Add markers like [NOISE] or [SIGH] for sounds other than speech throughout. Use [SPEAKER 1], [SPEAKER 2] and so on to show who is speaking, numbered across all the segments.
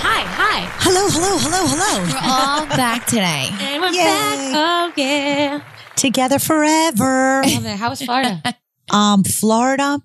[SPEAKER 1] Hi.
[SPEAKER 2] Hello, hello, hello, hello.
[SPEAKER 1] We're all back today.
[SPEAKER 3] And we're
[SPEAKER 2] Yay.
[SPEAKER 3] back again.
[SPEAKER 2] Together forever.
[SPEAKER 3] Love it. How was
[SPEAKER 2] [LAUGHS]
[SPEAKER 3] Florida?
[SPEAKER 2] Um, Florida.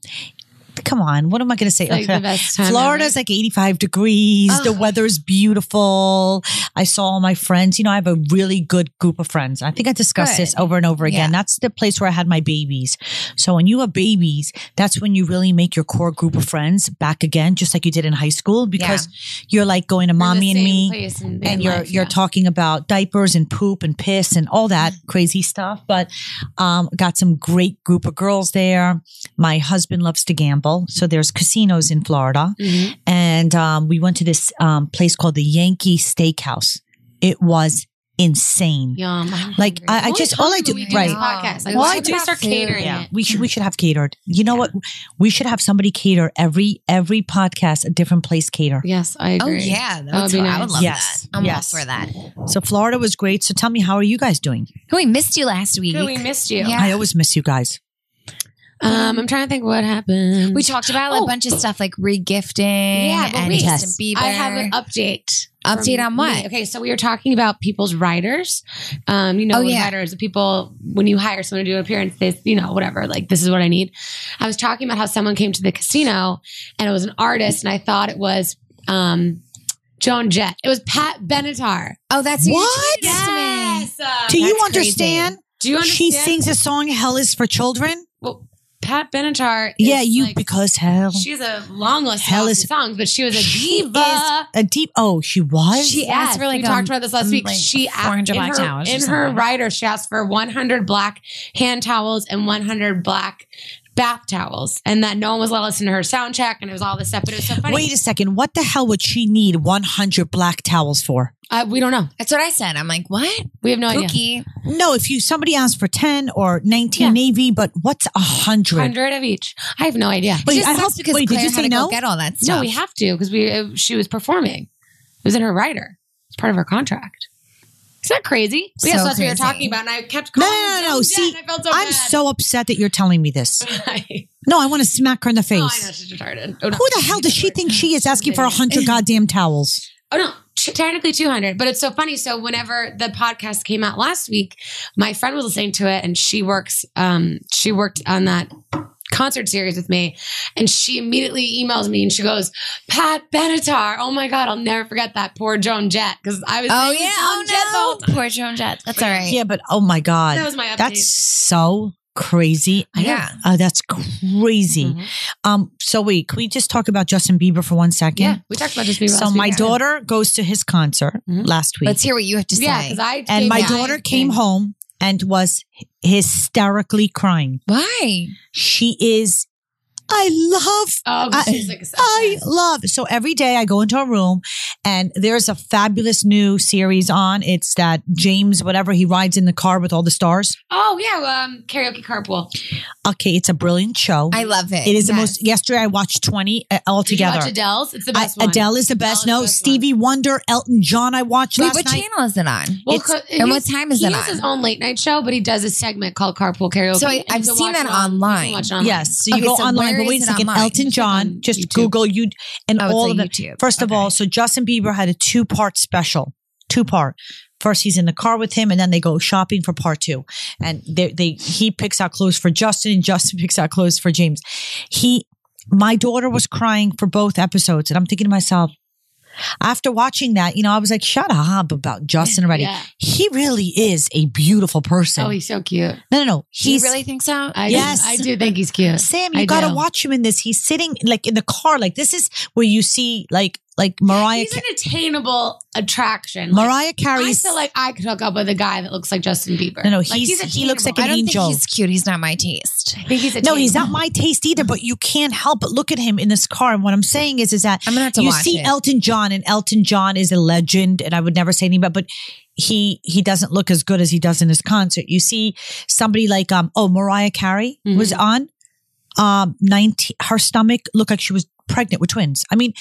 [SPEAKER 2] Come on, what am I going to say?
[SPEAKER 3] Like the best time
[SPEAKER 2] Florida's like 85 degrees. The
[SPEAKER 3] Ugh.
[SPEAKER 2] weather's beautiful. I saw all my friends. You know, I have a really good group of friends. I think I discussed this
[SPEAKER 1] Good.
[SPEAKER 2] over and over again.
[SPEAKER 1] Yeah.
[SPEAKER 2] That's the place where I had my babies. So when you have babies, that's when you really make your core group of friends back again, just like you did in high school, because you're like going to mommy and me. and you're you're talking about diapers and poop and piss and all that crazy stuff. But um, got some great group of girls there. My husband loves to gamble, so there's casinos in Florida,
[SPEAKER 1] Mm-hmm.
[SPEAKER 3] Mhm.
[SPEAKER 2] and um, we went to this um, place called the Yankee Steakhouse. It was insane.
[SPEAKER 3] Yum.
[SPEAKER 2] Like I, I just all I do right.
[SPEAKER 3] podcast. Like,
[SPEAKER 2] All I
[SPEAKER 3] I
[SPEAKER 2] do-
[SPEAKER 3] do start catering
[SPEAKER 2] Yeah,
[SPEAKER 3] it.
[SPEAKER 2] we should we should have catered. You know what? We should have somebody cater every every podcast a different place cater.
[SPEAKER 3] Yes, I
[SPEAKER 1] Oh
[SPEAKER 3] agree.
[SPEAKER 1] yeah, that
[SPEAKER 3] That
[SPEAKER 1] would
[SPEAKER 3] would be
[SPEAKER 1] I would
[SPEAKER 3] nice.
[SPEAKER 1] love
[SPEAKER 2] Yes.
[SPEAKER 1] that. I'm
[SPEAKER 2] Yes.
[SPEAKER 1] all for that.
[SPEAKER 2] So Florida was great. So tell me, how are you guys doing?
[SPEAKER 1] We missed you last week.
[SPEAKER 3] Good, we missed you.
[SPEAKER 1] Yeah.
[SPEAKER 2] I always miss you guys.
[SPEAKER 3] Um, I'm trying to think what happened.
[SPEAKER 1] We talked about
[SPEAKER 3] Oh.
[SPEAKER 1] a bunch of stuff like regifting.
[SPEAKER 3] Yeah, but
[SPEAKER 1] and
[SPEAKER 3] wait.
[SPEAKER 1] Justin Bieber.
[SPEAKER 3] I have an update.
[SPEAKER 1] Update
[SPEAKER 3] from
[SPEAKER 1] on what?
[SPEAKER 3] me. Okay, so we were talking about people's writers. Um, you know,
[SPEAKER 1] Oh,
[SPEAKER 3] what a
[SPEAKER 1] yeah.
[SPEAKER 3] writer is the people when you hire someone to do an appearance, this, you know, whatever, like this is what I need. I was talking about how someone came to the casino and it was an artist, and I thought it was um Joan Jett. It was Pat Benatar.
[SPEAKER 1] oh, that's what you
[SPEAKER 2] What?
[SPEAKER 1] texted me.
[SPEAKER 3] Uh,
[SPEAKER 2] Do you
[SPEAKER 1] That's crazy.
[SPEAKER 2] understand?
[SPEAKER 3] do you understand?
[SPEAKER 2] She sings a song "Hell Is for Children."
[SPEAKER 3] Well, Pat Benatar. is,
[SPEAKER 2] yeah, you
[SPEAKER 3] like,
[SPEAKER 2] because hell,
[SPEAKER 3] she's a long list
[SPEAKER 2] Hell
[SPEAKER 3] of
[SPEAKER 2] is-
[SPEAKER 3] songs, but she was a
[SPEAKER 2] She
[SPEAKER 3] diva.
[SPEAKER 2] is a deep. Oh, she was.
[SPEAKER 1] She asked for like
[SPEAKER 3] we
[SPEAKER 1] a-
[SPEAKER 3] talked about this last
[SPEAKER 1] um,
[SPEAKER 3] week.
[SPEAKER 1] like,
[SPEAKER 3] she asked
[SPEAKER 1] 400
[SPEAKER 3] in
[SPEAKER 1] black
[SPEAKER 3] her,
[SPEAKER 1] towels or
[SPEAKER 3] in her
[SPEAKER 1] something.
[SPEAKER 3] writer. She asked for 100 black hand towels and 100 black bath towels, and that no one was allowed to listen to her sound check, and it was all this stuff. But it was so funny.
[SPEAKER 2] Wait a second. What the hell would she need 100 black towels for?
[SPEAKER 3] uh, we don't know.
[SPEAKER 1] That's what I said. I'm like, what?
[SPEAKER 3] We have no
[SPEAKER 2] Oh,
[SPEAKER 3] idea.
[SPEAKER 1] Cookie.
[SPEAKER 2] No, if you somebody asked for 10 or 19
[SPEAKER 3] Yeah.
[SPEAKER 2] navy, but what's a hundred?
[SPEAKER 3] 100 of each. I have no idea.
[SPEAKER 2] Wait,
[SPEAKER 1] Just
[SPEAKER 2] I
[SPEAKER 1] sucks
[SPEAKER 2] hope-
[SPEAKER 1] because
[SPEAKER 2] wait, did
[SPEAKER 1] Claire
[SPEAKER 2] you
[SPEAKER 1] had
[SPEAKER 2] say
[SPEAKER 1] to go
[SPEAKER 2] no?
[SPEAKER 1] Get all that stuff.
[SPEAKER 3] No, we have to because we uh, she was performing. It was in her writer. It's part of her contract. Isn't that crazy?
[SPEAKER 1] So
[SPEAKER 3] yeah, so that's what you're
[SPEAKER 1] crazy.
[SPEAKER 3] talking about, and I kept
[SPEAKER 2] No,
[SPEAKER 3] calling.
[SPEAKER 2] no, no,
[SPEAKER 3] her
[SPEAKER 2] no.
[SPEAKER 3] Joan
[SPEAKER 2] See,
[SPEAKER 3] Jett, and I felt so
[SPEAKER 2] I'm
[SPEAKER 3] [LAUGHS] bad.
[SPEAKER 2] so upset that you're telling me this. No, I want to smack her in the face.
[SPEAKER 3] oh, I know she's retarded. Oh, no.
[SPEAKER 2] Who the hell does she think she is asking for a hundred goddamn towels?
[SPEAKER 3] Oh no, t- technically 200, but it's so funny. So whenever the podcast came out last week, my friend was listening to it and she works um she worked on that concert series with me and she immediately emails me and she goes, "Pat Benatar. Oh my god, I'll never forget that poor Joan Jett because I was
[SPEAKER 1] Oh
[SPEAKER 3] saying
[SPEAKER 1] yeah.
[SPEAKER 3] Joan Jett the whole
[SPEAKER 1] Oh no.
[SPEAKER 3] time.
[SPEAKER 1] Poor Joan Jett. That's all right.
[SPEAKER 2] Yeah, but oh my god,
[SPEAKER 3] That was my update.
[SPEAKER 2] that's so crazy. I know.
[SPEAKER 1] Yeah.
[SPEAKER 2] Uh, that's crazy.
[SPEAKER 3] Mhm.
[SPEAKER 2] Um, so wait, can we just talk about Justin Bieber for one second?
[SPEAKER 3] yeah, we talked about this.
[SPEAKER 2] So my daughter goes to his concert
[SPEAKER 3] Mhm.
[SPEAKER 2] last week,
[SPEAKER 1] Let's hear what you have to say.
[SPEAKER 3] yeah, because I
[SPEAKER 2] and
[SPEAKER 3] gave
[SPEAKER 2] my
[SPEAKER 3] my
[SPEAKER 2] daughter came
[SPEAKER 3] thing.
[SPEAKER 2] home and was hysterically crying.
[SPEAKER 1] Why?
[SPEAKER 2] She is, I love
[SPEAKER 3] Oh, 'cause
[SPEAKER 2] I-
[SPEAKER 3] she's like,
[SPEAKER 2] I love. So every day I go into a room and there's a fabulous new series on. It's that James, whatever, he rides in the car with all the stars.
[SPEAKER 3] oh yeah, um, karaoke carpool.
[SPEAKER 2] Okay, it's a brilliant show.
[SPEAKER 1] I love it.
[SPEAKER 2] it is the
[SPEAKER 1] Yes.
[SPEAKER 2] most. Yesterday I watched 20 uh,
[SPEAKER 3] Did you
[SPEAKER 2] altogether.
[SPEAKER 3] watch Adele's? It's the
[SPEAKER 2] I-
[SPEAKER 3] best one.
[SPEAKER 2] Adele is the best.
[SPEAKER 3] Adele
[SPEAKER 2] no,
[SPEAKER 3] is the best one.
[SPEAKER 2] Stevie Wonder, Elton John. I watched
[SPEAKER 1] Wait,
[SPEAKER 2] last
[SPEAKER 1] what
[SPEAKER 2] night.
[SPEAKER 1] channel is it on?
[SPEAKER 3] Well,
[SPEAKER 2] It's-
[SPEAKER 3] co-
[SPEAKER 1] and what
[SPEAKER 3] he's-
[SPEAKER 1] time is
[SPEAKER 3] he
[SPEAKER 1] it
[SPEAKER 3] has
[SPEAKER 1] on?
[SPEAKER 3] his own late night show, but he does a segment called Carpool Karaoke.
[SPEAKER 1] So I-
[SPEAKER 3] and you
[SPEAKER 1] I've
[SPEAKER 3] can
[SPEAKER 1] seen
[SPEAKER 3] watch
[SPEAKER 1] that
[SPEAKER 3] it on- you can
[SPEAKER 1] online.
[SPEAKER 3] watch it
[SPEAKER 2] Yes, so you
[SPEAKER 1] Okay,
[SPEAKER 2] go
[SPEAKER 1] so
[SPEAKER 2] online.
[SPEAKER 1] where
[SPEAKER 2] But
[SPEAKER 1] is
[SPEAKER 2] wait a
[SPEAKER 1] it
[SPEAKER 2] second,
[SPEAKER 1] online?
[SPEAKER 2] Elton
[SPEAKER 3] It's on
[SPEAKER 2] John. Just
[SPEAKER 3] YouTube.
[SPEAKER 2] Google you and
[SPEAKER 1] Oh, it's
[SPEAKER 2] all
[SPEAKER 1] on
[SPEAKER 2] of them.
[SPEAKER 1] YouTube.
[SPEAKER 2] First of
[SPEAKER 1] Okay.
[SPEAKER 2] all, so Justin Bieber had a two part special, two part. First, he's in the car with him, and then they go shopping for part two. And they, they he picks out clothes for Justin, and Justin [LAUGHS] picks out clothes for James. He, my daughter was crying for both episodes, and I'm thinking to myself, after watching that, you know, I was like, shut up about Justin already.
[SPEAKER 3] Yeah.
[SPEAKER 2] He really is a beautiful person.
[SPEAKER 3] Oh, he's so cute.
[SPEAKER 2] no, no, no.
[SPEAKER 1] Do you
[SPEAKER 2] He's
[SPEAKER 1] really think so?
[SPEAKER 3] I
[SPEAKER 2] Yes.
[SPEAKER 3] do, I do think he's cute.
[SPEAKER 2] Sam, you
[SPEAKER 3] I
[SPEAKER 2] gotta
[SPEAKER 3] do.
[SPEAKER 2] watch him in this. He's sitting like in the car. Like this is where you see like like [LAUGHS] Mariah
[SPEAKER 3] He's an attainable attraction. Like,
[SPEAKER 2] Mariah
[SPEAKER 3] I
[SPEAKER 2] Carey's.
[SPEAKER 3] feel like I could hook up with a guy that looks like Justin Bieber.
[SPEAKER 2] No, no,
[SPEAKER 3] Like,
[SPEAKER 2] he's- he looks like
[SPEAKER 1] I
[SPEAKER 3] attainable.
[SPEAKER 2] an
[SPEAKER 1] don't
[SPEAKER 2] angel.
[SPEAKER 1] think he's cute. He's not my taste.
[SPEAKER 3] I think he's
[SPEAKER 2] no, he's not
[SPEAKER 3] attainable.
[SPEAKER 2] my taste either. But you can't help but look at him in this car. And what I'm saying is, is that
[SPEAKER 1] I'm gonna have to
[SPEAKER 2] you
[SPEAKER 1] watch
[SPEAKER 2] see
[SPEAKER 1] it.
[SPEAKER 2] Elton John, and Elton John is a legend, and I would never say anything about, but he he doesn't look as good as he does in his concert. You see somebody like um oh Mariah Carey
[SPEAKER 3] Mm-hmm.
[SPEAKER 2] was on um 19 her stomach looked like she was pregnant with twins. I mean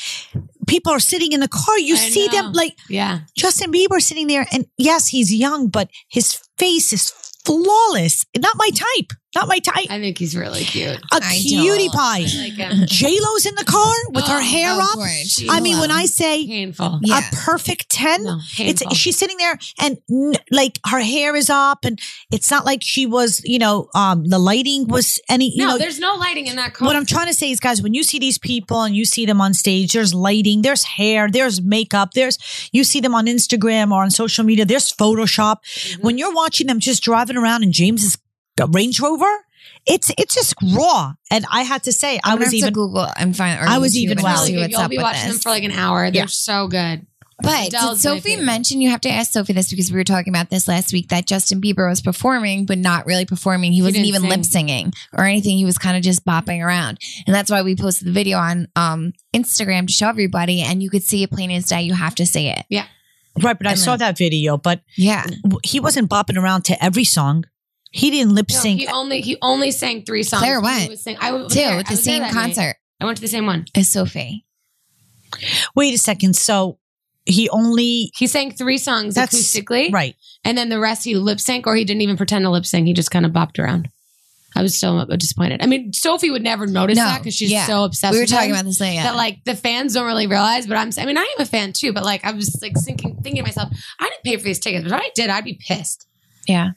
[SPEAKER 2] people are sitting in the car. You
[SPEAKER 3] I
[SPEAKER 2] see them
[SPEAKER 3] know.
[SPEAKER 2] like
[SPEAKER 3] Yeah.
[SPEAKER 2] Justin Bieber sitting there, and yes, he's young, but his face is flawless. Not my type. Not my type.
[SPEAKER 3] I think he's really cute.
[SPEAKER 2] A
[SPEAKER 1] I
[SPEAKER 2] cutie
[SPEAKER 1] don't.
[SPEAKER 3] [LAUGHS]
[SPEAKER 2] pie.
[SPEAKER 3] I like
[SPEAKER 2] [LAUGHS]
[SPEAKER 3] um, him.
[SPEAKER 2] J Lo's in the car with her
[SPEAKER 3] Oh,
[SPEAKER 2] hair
[SPEAKER 1] Oh,
[SPEAKER 2] up.
[SPEAKER 1] gorge.
[SPEAKER 2] I mean, when I say
[SPEAKER 3] Painful.
[SPEAKER 1] Yeah.
[SPEAKER 2] a perfect ten,
[SPEAKER 3] No,
[SPEAKER 2] it's
[SPEAKER 3] painful.
[SPEAKER 2] she's sitting there and n- like her hair is up, and it's not like she was. You know, um, the lighting was any. You
[SPEAKER 3] no,
[SPEAKER 2] know,
[SPEAKER 3] there's no lighting in that car.
[SPEAKER 2] what I'm trying to say is, guys, when you see these people and you see them on stage, there's lighting, there's hair, there's makeup, there's you see them on Instagram or on social media, there's Photoshop. When you're watching them just driving around in James's Range Rover, it's it's just raw. And I had to say,
[SPEAKER 1] I'm
[SPEAKER 2] i
[SPEAKER 1] gonna
[SPEAKER 2] was
[SPEAKER 1] have
[SPEAKER 2] even
[SPEAKER 1] to Google and find. Or
[SPEAKER 2] I was
[SPEAKER 1] YouTube
[SPEAKER 2] even
[SPEAKER 1] and
[SPEAKER 2] wow.
[SPEAKER 3] Really
[SPEAKER 1] see
[SPEAKER 3] good.
[SPEAKER 1] what's
[SPEAKER 3] You'll
[SPEAKER 1] up
[SPEAKER 3] be
[SPEAKER 1] with
[SPEAKER 3] watching
[SPEAKER 1] this.
[SPEAKER 3] them for like an hour. They're so good.
[SPEAKER 1] But did
[SPEAKER 3] Adele's my
[SPEAKER 1] Sophie
[SPEAKER 3] favorite.
[SPEAKER 1] mention you have to ask Sophie this because we were talking about this last week that Justin Bieber was performing but not really performing. He, wasn't
[SPEAKER 3] didn't
[SPEAKER 1] even
[SPEAKER 3] sing.
[SPEAKER 1] lip singing or anything. He was kind of just bopping around, and that's why we posted the video on um, Instagram to show everybody, and you could see it plain as day. You have to see it.
[SPEAKER 2] right, but I
[SPEAKER 1] And
[SPEAKER 2] saw that video, but
[SPEAKER 1] Yeah,
[SPEAKER 2] w- he wasn't bopping around to every song. He didn't lip
[SPEAKER 3] No,
[SPEAKER 2] sync.
[SPEAKER 3] he only he only sang three songs.
[SPEAKER 1] Claire
[SPEAKER 3] He
[SPEAKER 1] went.
[SPEAKER 3] was sing- I
[SPEAKER 1] too
[SPEAKER 3] was there.
[SPEAKER 1] at
[SPEAKER 3] I
[SPEAKER 1] the
[SPEAKER 3] was there
[SPEAKER 1] same
[SPEAKER 3] that night.
[SPEAKER 1] concert
[SPEAKER 3] I went to the same one.
[SPEAKER 1] as Sophie.
[SPEAKER 2] Wait a second. So he only
[SPEAKER 3] He sang three songs
[SPEAKER 2] That's-
[SPEAKER 3] acoustically,
[SPEAKER 2] right.
[SPEAKER 3] and then the rest he lip sync, or he didn't even pretend to lip sync. He just kind of bopped around. I was so disappointed. I mean, Sophie would never notice
[SPEAKER 1] No,
[SPEAKER 3] that because she's
[SPEAKER 1] yeah.
[SPEAKER 3] so obsessed.
[SPEAKER 1] we were
[SPEAKER 3] with
[SPEAKER 1] talking
[SPEAKER 3] him
[SPEAKER 1] about this later.
[SPEAKER 3] that like the fans don't really realize. But I'm, I mean, I am a fan too. But like, I was like thinking, thinking to myself, I didn't pay for these tickets, but if I did, I'd be pissed.
[SPEAKER 1] yeah,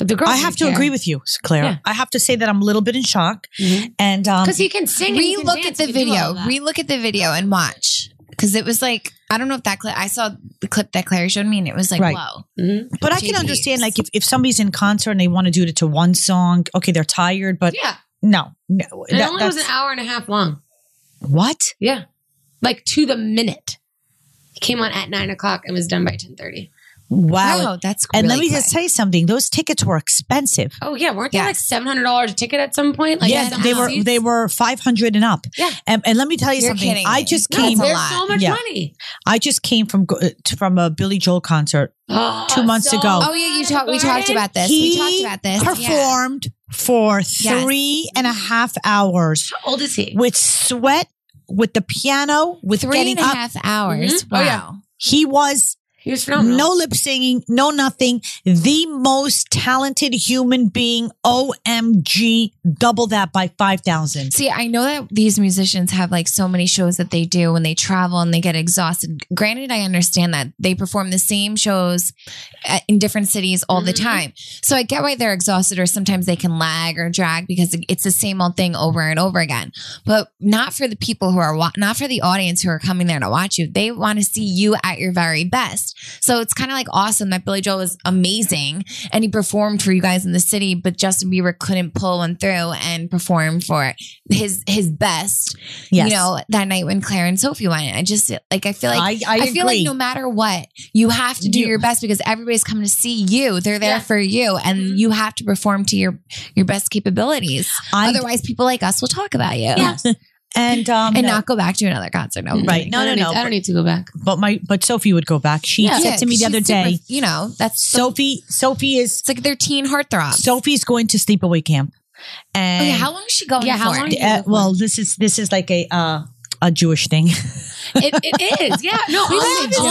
[SPEAKER 3] But the girl,
[SPEAKER 2] I have to agree with you, Claire.
[SPEAKER 3] Yeah.
[SPEAKER 2] I have to say that I'm a little bit in shock.
[SPEAKER 3] Mhm.
[SPEAKER 2] And um,
[SPEAKER 3] because he can sing. and he can
[SPEAKER 1] relook at
[SPEAKER 3] dance,
[SPEAKER 1] the
[SPEAKER 3] he can do all
[SPEAKER 1] video.
[SPEAKER 3] of that.
[SPEAKER 1] Relook at the video and watch because it was like I don't know if that clip. I saw the clip that Claire showed me, and it was like
[SPEAKER 2] Right.
[SPEAKER 1] whoa.
[SPEAKER 3] Mhm.
[SPEAKER 2] But I can
[SPEAKER 1] JPs.
[SPEAKER 2] understand, like, if, if somebody's in concert and they want to do it to one song, okay, they're tired, but
[SPEAKER 3] Yeah,
[SPEAKER 2] no, no.
[SPEAKER 3] and
[SPEAKER 2] that-
[SPEAKER 3] it only was an
[SPEAKER 2] that's-
[SPEAKER 3] hour and a half long.
[SPEAKER 2] what?
[SPEAKER 3] Yeah. Like to the minute. He came on at nine o'clock and was done by ten thirty.
[SPEAKER 2] Wow.
[SPEAKER 1] Wow, that's
[SPEAKER 2] And
[SPEAKER 1] really
[SPEAKER 2] let me
[SPEAKER 1] quick.
[SPEAKER 2] just tell you something. Those tickets were expensive.
[SPEAKER 3] Oh yeah, weren't
[SPEAKER 1] Yeah.
[SPEAKER 3] they like seven hundred dollars a ticket at some point? Like
[SPEAKER 2] yeah,
[SPEAKER 3] some
[SPEAKER 2] they were
[SPEAKER 3] seats?
[SPEAKER 2] they were five hundred and up.
[SPEAKER 3] Yeah.
[SPEAKER 2] and, and let me tell you
[SPEAKER 1] You're
[SPEAKER 2] something.
[SPEAKER 1] kidding
[SPEAKER 2] I
[SPEAKER 1] me.
[SPEAKER 2] just
[SPEAKER 1] No,
[SPEAKER 2] came.
[SPEAKER 1] it's
[SPEAKER 3] there's
[SPEAKER 1] a lot.
[SPEAKER 3] so much
[SPEAKER 2] Yeah.
[SPEAKER 3] money.
[SPEAKER 2] I just came from go- uh, to- from a Billy Joel concert.
[SPEAKER 3] Oh,
[SPEAKER 2] Two months
[SPEAKER 3] so
[SPEAKER 2] ago.
[SPEAKER 1] Oh yeah, you talked. We talked
[SPEAKER 3] Garden.
[SPEAKER 1] about this.
[SPEAKER 2] He
[SPEAKER 1] we talked about this. Yeah.
[SPEAKER 2] Performed for
[SPEAKER 1] Yes.
[SPEAKER 2] three and a half hours
[SPEAKER 3] How old is he?
[SPEAKER 2] with sweat, with the piano, with
[SPEAKER 1] Three
[SPEAKER 2] getting
[SPEAKER 1] and a
[SPEAKER 2] up.
[SPEAKER 1] half hours.
[SPEAKER 3] Mhm.
[SPEAKER 1] Wow.
[SPEAKER 3] Oh, yeah.
[SPEAKER 2] He was
[SPEAKER 3] He was phenomenal.
[SPEAKER 2] no lip singing, no nothing. The most talented human being. OMG, double that by 5,000.
[SPEAKER 1] See, I know that these musicians have like so many shows that they do when they travel and they get exhausted. Granted, I understand that they perform the same shows at- uh, in different cities all the
[SPEAKER 3] Mhm.
[SPEAKER 1] time. So I get why they're exhausted or sometimes they can lag or drag because it's the same old thing over and over again. But not for the people who are wa- not for the audience who are coming there to watch you. They want to see you at your very best. So it's kind of like awesome that Billy Joel was amazing and he performed for you guys in the city, but Justin Bieber couldn't pull one through and perform for his his best.
[SPEAKER 2] Yes.
[SPEAKER 1] You know, that night when Claire and Sophie went, I just like I feel like
[SPEAKER 2] I, I,
[SPEAKER 1] I,
[SPEAKER 2] agree.
[SPEAKER 1] feel like no matter what, you have to do
[SPEAKER 2] You-
[SPEAKER 1] your best because everybody's coming to see you. They're there
[SPEAKER 3] Yeah.
[SPEAKER 1] for you, and
[SPEAKER 3] Mhm.
[SPEAKER 1] you have to perform to your your best capabilities.
[SPEAKER 2] I-
[SPEAKER 1] Otherwise, people like us will talk about you
[SPEAKER 3] Yeah.
[SPEAKER 2] [LAUGHS]
[SPEAKER 3] Mm-hmm.
[SPEAKER 2] and um,
[SPEAKER 1] and
[SPEAKER 2] no.
[SPEAKER 1] not go back to another concert. No,
[SPEAKER 2] Right. No,
[SPEAKER 3] I don't
[SPEAKER 2] no,
[SPEAKER 3] need-
[SPEAKER 2] no.
[SPEAKER 3] I don't need to go back.
[SPEAKER 2] but my but Sophie would go back. She
[SPEAKER 3] Yeah.
[SPEAKER 2] said to me the
[SPEAKER 1] she's
[SPEAKER 2] other
[SPEAKER 1] super-
[SPEAKER 2] day,
[SPEAKER 1] you know, that's so.
[SPEAKER 2] Sophie, Sophie is
[SPEAKER 1] It's like their teen heartthrob.
[SPEAKER 2] Sophie's going to sleepaway camp, and
[SPEAKER 1] okay, Oh, how long is she going?
[SPEAKER 3] Yeah, how
[SPEAKER 1] for? [LAUGHS]
[SPEAKER 3] long-
[SPEAKER 2] uh, well, this is this is like a uh, a Jewish thing.
[SPEAKER 3] It, it is. Yeah. No.
[SPEAKER 1] We
[SPEAKER 3] all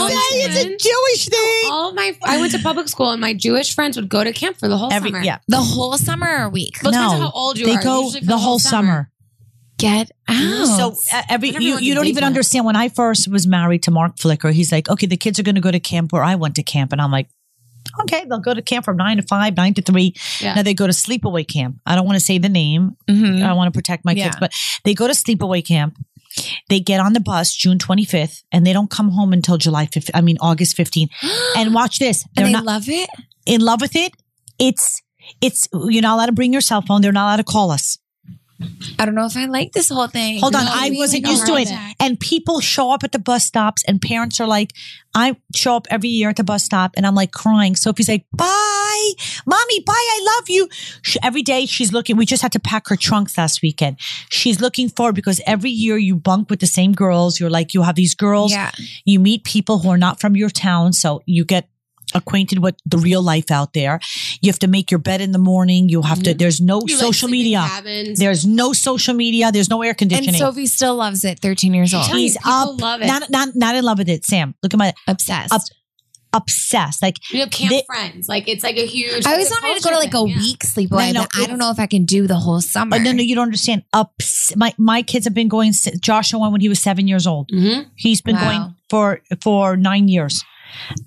[SPEAKER 2] [LAUGHS]
[SPEAKER 1] love
[SPEAKER 3] my
[SPEAKER 1] it.
[SPEAKER 3] Oh,
[SPEAKER 1] It's
[SPEAKER 3] Jewish friends-
[SPEAKER 2] Oh, Jewish thing.
[SPEAKER 3] all my I went to public school and my Jewish friends would go to camp for the whole
[SPEAKER 2] Every
[SPEAKER 3] summer.
[SPEAKER 2] yeah,
[SPEAKER 1] The whole summer or week?
[SPEAKER 3] Well, it depends on
[SPEAKER 2] No,
[SPEAKER 3] how old you
[SPEAKER 2] they
[SPEAKER 3] are.
[SPEAKER 2] go
[SPEAKER 3] Usually for
[SPEAKER 2] the whole summer.
[SPEAKER 1] Get out.
[SPEAKER 2] So uh, every
[SPEAKER 3] I Oh. never
[SPEAKER 2] you
[SPEAKER 3] went to
[SPEAKER 2] you don't
[SPEAKER 3] big
[SPEAKER 2] even
[SPEAKER 3] one.
[SPEAKER 2] understand. When I first was married to Mark Flicker, he's like, okay, the kids are going to go to camp where I went to camp, and I'm like. Okay, they'll go to camp from nine to five, nine to three.
[SPEAKER 3] Yeah. Mm-hmm.
[SPEAKER 2] Now they go to sleepaway camp. I don't want to say the name
[SPEAKER 1] Mhm. [GASPS]
[SPEAKER 2] I want to protect my kids,
[SPEAKER 1] Yeah.
[SPEAKER 2] but they go to sleepaway camp. They get on the bus June 25th and they don't come home until July 5th, I mean, August 15th.
[SPEAKER 3] [GASPS]
[SPEAKER 2] And watch this. They're
[SPEAKER 1] and they
[SPEAKER 2] not
[SPEAKER 1] love it.
[SPEAKER 2] in love with it. It's, it's, you're not allowed to bring your cell phone. They're not allowed to call us.
[SPEAKER 1] I don't know if I like this whole thing.
[SPEAKER 2] Hold on.
[SPEAKER 3] No,
[SPEAKER 2] I
[SPEAKER 3] we
[SPEAKER 2] wasn't
[SPEAKER 3] don't
[SPEAKER 2] used to
[SPEAKER 3] like
[SPEAKER 2] it.
[SPEAKER 3] that.
[SPEAKER 2] And people show up at the bus stops and parents are like, I show up every year at the bus stop and I'm like crying. Sophie's like, bye, mommy, bye. I love you. She, every day she's looking. We just had to pack her trunks last weekend. She's looking forward because every year you bunk with the same girls. You're like, you have these girls.
[SPEAKER 1] Yeah.
[SPEAKER 2] You meet people who are not from your town. So you get acquainted with the real life out there. You have to make your bed in the morning. You have to. There's no
[SPEAKER 3] You, like,
[SPEAKER 2] social
[SPEAKER 3] sleep in
[SPEAKER 2] media.
[SPEAKER 3] cabins.
[SPEAKER 2] There's no social media. There's no air
[SPEAKER 1] And
[SPEAKER 2] conditioning.
[SPEAKER 1] Sophie still loves it. Thirteen years old,
[SPEAKER 3] Tell me,
[SPEAKER 2] He's
[SPEAKER 3] people
[SPEAKER 2] up.
[SPEAKER 3] love it.
[SPEAKER 2] Not, not not in love with it. Sam, look at my
[SPEAKER 1] obsessed.
[SPEAKER 2] Up- obsessed. Like
[SPEAKER 3] You have camp
[SPEAKER 2] They-
[SPEAKER 3] friends. Like it's like a huge.
[SPEAKER 1] I always
[SPEAKER 3] it's
[SPEAKER 1] wanted to go
[SPEAKER 3] culture
[SPEAKER 1] to like a
[SPEAKER 3] thing, yeah.
[SPEAKER 1] week sleepaway,
[SPEAKER 2] No, no,
[SPEAKER 1] but I don't know if I can do the whole summer.
[SPEAKER 2] oh, no, no, you don't understand. Ups. My my kids have been going. si- Joshua went when he was seven years old.
[SPEAKER 3] Mhm.
[SPEAKER 2] He's been
[SPEAKER 1] Wow.
[SPEAKER 2] going for for nine years.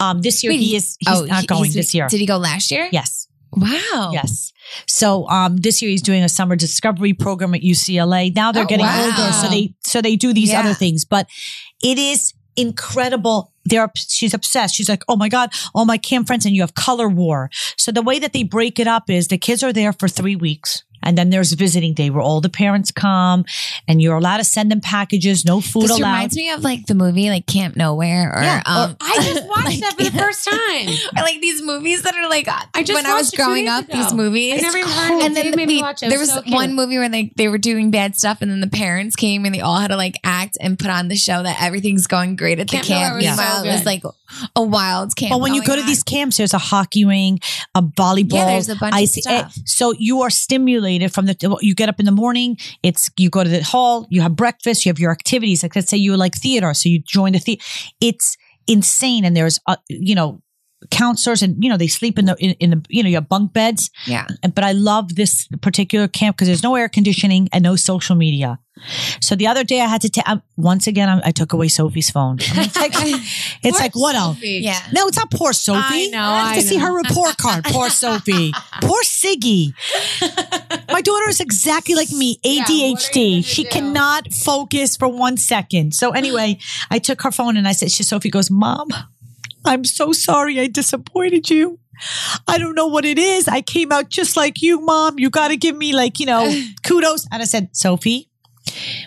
[SPEAKER 2] Um, this year
[SPEAKER 1] Wait,
[SPEAKER 2] he is he's
[SPEAKER 1] Oh,
[SPEAKER 2] not
[SPEAKER 1] he-
[SPEAKER 2] going
[SPEAKER 1] he's-
[SPEAKER 2] this year.
[SPEAKER 1] Did he go last year?
[SPEAKER 2] yes,
[SPEAKER 1] Wow.
[SPEAKER 2] yes. So um, this year he's doing a summer discovery program at UCLA. Now they're
[SPEAKER 1] Oh,
[SPEAKER 2] getting
[SPEAKER 1] wow.
[SPEAKER 2] older, so they so they do these
[SPEAKER 1] Yeah.
[SPEAKER 2] other things. But it is incredible. They're obs- she's obsessed. She's like, oh my god, all my camp friends, and you have color war. So the way that they break it up is the kids are there for three weeks. And then there's visiting day where all the parents come and you're allowed to send them packages, no food
[SPEAKER 1] This
[SPEAKER 2] allowed.
[SPEAKER 1] reminds me of like the movie like Camp Nowhere or
[SPEAKER 2] Yeah, or-
[SPEAKER 1] um
[SPEAKER 3] I just watched that for the first time.
[SPEAKER 1] or like these movies that are like I
[SPEAKER 3] Oh. just
[SPEAKER 1] when I was
[SPEAKER 3] watched it two
[SPEAKER 1] growing
[SPEAKER 3] days
[SPEAKER 1] up
[SPEAKER 3] ago.
[SPEAKER 1] these movies
[SPEAKER 3] I never even heard of it.
[SPEAKER 1] and then
[SPEAKER 3] Dave made me
[SPEAKER 1] they-
[SPEAKER 3] watch it. It
[SPEAKER 1] there
[SPEAKER 3] was
[SPEAKER 1] was
[SPEAKER 3] so cute.
[SPEAKER 1] one movie where like they were doing bad stuff and then the parents came and they all had to like act and put on the show that everything's going great at
[SPEAKER 3] Camp
[SPEAKER 1] the
[SPEAKER 3] Nowhere
[SPEAKER 1] camp
[SPEAKER 3] was so
[SPEAKER 1] meanwhile it was
[SPEAKER 3] good.
[SPEAKER 1] like a wild camp
[SPEAKER 2] But when you
[SPEAKER 1] going
[SPEAKER 2] go to
[SPEAKER 1] on.
[SPEAKER 2] these camps, there's a hockey ring, a volleyball.
[SPEAKER 1] yeah there's a bunch
[SPEAKER 2] I
[SPEAKER 1] of
[SPEAKER 2] see-
[SPEAKER 1] stuff
[SPEAKER 2] eh, so you are stimulated from the you get up in the morning. It's you go to the hall, you have breakfast, you have your activities. Like let's say you like theater, so you join the theater. It's insane, and there's uh, you know counselors, and you know they sleep in the in, in the you know you have bunk beds.
[SPEAKER 1] yeah
[SPEAKER 2] And- But I love this particular camp because there's no air conditioning and no social media. So the other day I had to ta- um, once again I, I took away Sophie's phone. [LAUGHS] It's
[SPEAKER 1] [LAUGHS]
[SPEAKER 2] like, it's
[SPEAKER 3] Poor
[SPEAKER 2] like what else?
[SPEAKER 3] Sophie.
[SPEAKER 1] yeah
[SPEAKER 2] No, it's not poor Sophie.
[SPEAKER 3] I know,
[SPEAKER 2] I have
[SPEAKER 3] I
[SPEAKER 2] to see
[SPEAKER 3] know.
[SPEAKER 2] her report card.
[SPEAKER 3] [LAUGHS]
[SPEAKER 2] Poor Sophie. poor Siggy. My daughter is exactly like me,
[SPEAKER 3] Yeah, what are you
[SPEAKER 2] ADHD.
[SPEAKER 3] gonna
[SPEAKER 2] she
[SPEAKER 3] do?
[SPEAKER 2] cannot focus for one second. So anyway, I took her phone and I said, she, Sophie goes, Mom, I'm so sorry I disappointed you. I don't know what it is. I came out just like you, Mom. You got to give me like,
[SPEAKER 1] [SIGHS]
[SPEAKER 2] you know, kudos. And I said, Sophie,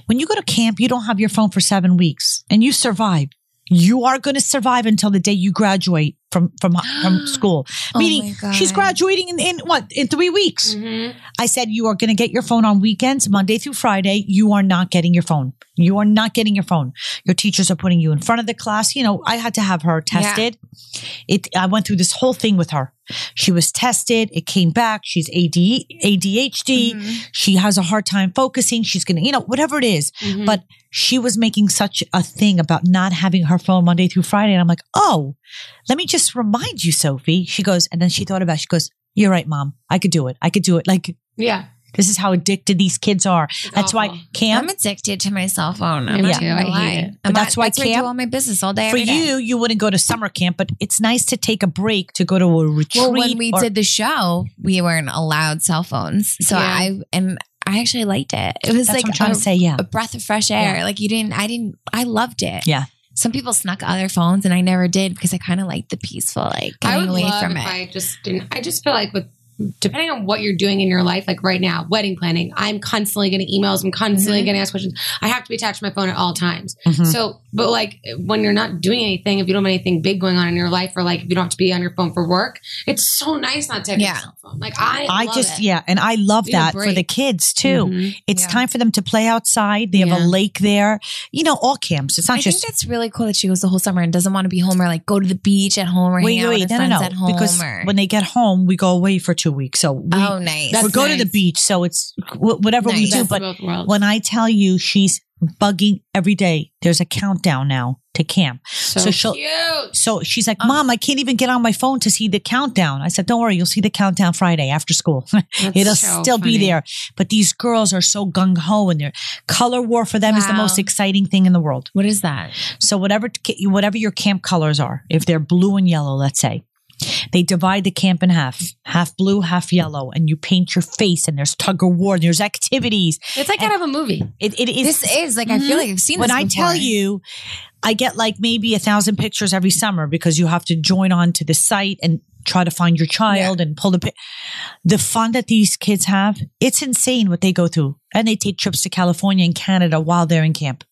[SPEAKER 2] when you go to camp, you don't have your phone for seven weeks and you survive. You are going to survive until the day you graduate from from
[SPEAKER 1] [GASPS]
[SPEAKER 2] from school.
[SPEAKER 1] Oh
[SPEAKER 2] Meaning,
[SPEAKER 1] my
[SPEAKER 2] she's
[SPEAKER 1] God.
[SPEAKER 2] graduating in, in what in three weeks.
[SPEAKER 3] Mhm.
[SPEAKER 2] I said, you are going to get your phone on weekends, Monday through Friday. You are not getting your phone. You are not getting your phone. Your teachers are putting you in front of the class. You know, I had to have her tested. It. I went through this whole thing with her. She was tested. It came back. She's AD, ADHD.
[SPEAKER 3] Mm-hmm.
[SPEAKER 1] Mm-hmm.
[SPEAKER 2] She has a hard time focusing. She's going to, you know, whatever it is.
[SPEAKER 3] Mhm.
[SPEAKER 2] But she was making such a thing about not having her phone Monday through Friday. And I'm like, oh, let me just remind you, Sophie. She goes, and then she thought about it. She goes, you're right, mom. I could do it. I could do it. Like,
[SPEAKER 3] yeah,
[SPEAKER 2] this is how addicted these kids are. That's why
[SPEAKER 3] awful.
[SPEAKER 1] I'm
[SPEAKER 2] camp
[SPEAKER 1] addicted to my cell phone. I'm
[SPEAKER 3] Me
[SPEAKER 1] not
[SPEAKER 3] too.
[SPEAKER 1] gonna
[SPEAKER 3] I hate
[SPEAKER 1] lie.
[SPEAKER 3] it.
[SPEAKER 1] I'm
[SPEAKER 2] But that's
[SPEAKER 1] not-
[SPEAKER 2] why
[SPEAKER 1] I do
[SPEAKER 2] camp-
[SPEAKER 1] all my business all day.
[SPEAKER 2] for
[SPEAKER 1] every day.
[SPEAKER 2] you, you wouldn't go to summer camp, but it's nice to take a break to go to a retreat.
[SPEAKER 1] Well, when we
[SPEAKER 2] or-
[SPEAKER 1] did the show, we weren't allowed cell phones. So
[SPEAKER 3] Yeah.
[SPEAKER 1] I and I actually liked it. It was
[SPEAKER 2] that's what I'm
[SPEAKER 1] like
[SPEAKER 2] trying
[SPEAKER 1] a,
[SPEAKER 2] to say. Yeah,
[SPEAKER 1] a breath of fresh air. Like you didn't, I didn't, I loved it.
[SPEAKER 2] Yeah.
[SPEAKER 1] Some people snuck other phones, and I never did because I kind of liked the peaceful, like
[SPEAKER 3] I would
[SPEAKER 1] getting away
[SPEAKER 3] love
[SPEAKER 1] from
[SPEAKER 3] if
[SPEAKER 1] it.
[SPEAKER 3] I just didn't. I just feel like with depending on what you're doing in your life, like right now, wedding planning, I'm constantly getting emails. I'm constantly
[SPEAKER 1] Mhm.
[SPEAKER 3] getting asked questions. I have to be attached to my phone at all times.
[SPEAKER 2] Mhm.
[SPEAKER 3] So, but like when you're not doing anything, if you don't have anything big going on in your life, or like if you don't have to be on your phone for work, it's so nice not to have
[SPEAKER 1] Yeah.
[SPEAKER 3] your cell phone. Like I,
[SPEAKER 2] I
[SPEAKER 3] love
[SPEAKER 2] just
[SPEAKER 3] it.
[SPEAKER 2] yeah, and I love
[SPEAKER 3] Need a
[SPEAKER 2] that for the
[SPEAKER 3] break.
[SPEAKER 2] kids too.
[SPEAKER 3] Mhm.
[SPEAKER 2] It's
[SPEAKER 1] Mm-hmm. Yeah.
[SPEAKER 2] time for them to play outside. They have a
[SPEAKER 3] Yeah.
[SPEAKER 2] lake there. You know, all camps. It's
[SPEAKER 1] I
[SPEAKER 2] not
[SPEAKER 1] think
[SPEAKER 2] just
[SPEAKER 1] that's really cool that she goes the whole summer and doesn't want to be home or like go to the beach at home or hang out with her friends at home.
[SPEAKER 2] Because
[SPEAKER 1] or,
[SPEAKER 2] when they get home, we go away for two weeks. So we,
[SPEAKER 1] oh, nice.
[SPEAKER 2] we
[SPEAKER 3] That's
[SPEAKER 2] go to the
[SPEAKER 3] nice.
[SPEAKER 2] beach. So it's wh- whatever we
[SPEAKER 1] Nice.
[SPEAKER 2] do.
[SPEAKER 3] Best
[SPEAKER 2] But
[SPEAKER 3] of both worlds.
[SPEAKER 2] when I tell you she's bugging every day, there's a countdown now to camp.
[SPEAKER 3] so,
[SPEAKER 2] so she'll-
[SPEAKER 3] cute.
[SPEAKER 2] So she's like,
[SPEAKER 1] Oh.
[SPEAKER 2] Mom, I can't even get on my phone to see the countdown. I said, Don't worry, you'll see the countdown Friday after school. [LAUGHS]
[SPEAKER 3] That's
[SPEAKER 2] It'll
[SPEAKER 3] so
[SPEAKER 2] still be
[SPEAKER 3] funny.
[SPEAKER 2] there. But these girls are so gung ho, and their color war for them is the
[SPEAKER 1] Wow.
[SPEAKER 2] most exciting thing in the world.
[SPEAKER 1] what is that?
[SPEAKER 2] So whatever t- whatever your camp colors are, if they're blue and yellow, let's say, they divide the camp in half, half blue, half yellow, and you paint your face. And there's tug of war, and there's activities.
[SPEAKER 3] It's like out of a movie.
[SPEAKER 2] It, it is
[SPEAKER 1] This is like I feel like I've seen
[SPEAKER 2] when
[SPEAKER 1] this
[SPEAKER 2] I tell
[SPEAKER 1] before.
[SPEAKER 2] you, I get like maybe a thousand pictures every summer because you have to join on to the site and try to find your child and pull the pic. The fun that these kids have, it's insane what they go through. And they take trips to California and Canada while they're in camp.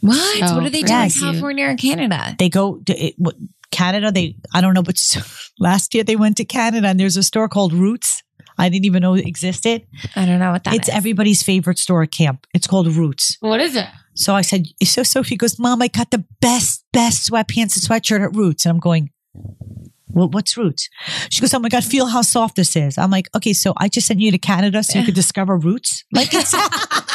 [SPEAKER 1] What?
[SPEAKER 3] So
[SPEAKER 1] what are they doing
[SPEAKER 2] freaking
[SPEAKER 1] in
[SPEAKER 2] cute.
[SPEAKER 1] California or Canada?
[SPEAKER 2] They go to it, what, Canada. They, I don't know, but [LAUGHS] last year they went to Canada and there's a store called Roots. I didn't even know it existed.
[SPEAKER 1] I don't know what that
[SPEAKER 2] it's
[SPEAKER 1] is.
[SPEAKER 2] everybody's favorite store at camp. It's called Roots.
[SPEAKER 3] What is it?
[SPEAKER 2] So I said, so Sophie goes, Mom, I got the best, best sweatpants and sweatshirt at Roots. And I'm going, Well, what's roots? She goes, oh my God, feel how soft this is. I'm like, okay, so I just sent you to Canada so
[SPEAKER 1] [LAUGHS]
[SPEAKER 2] you could discover roots. Like it's, [LAUGHS]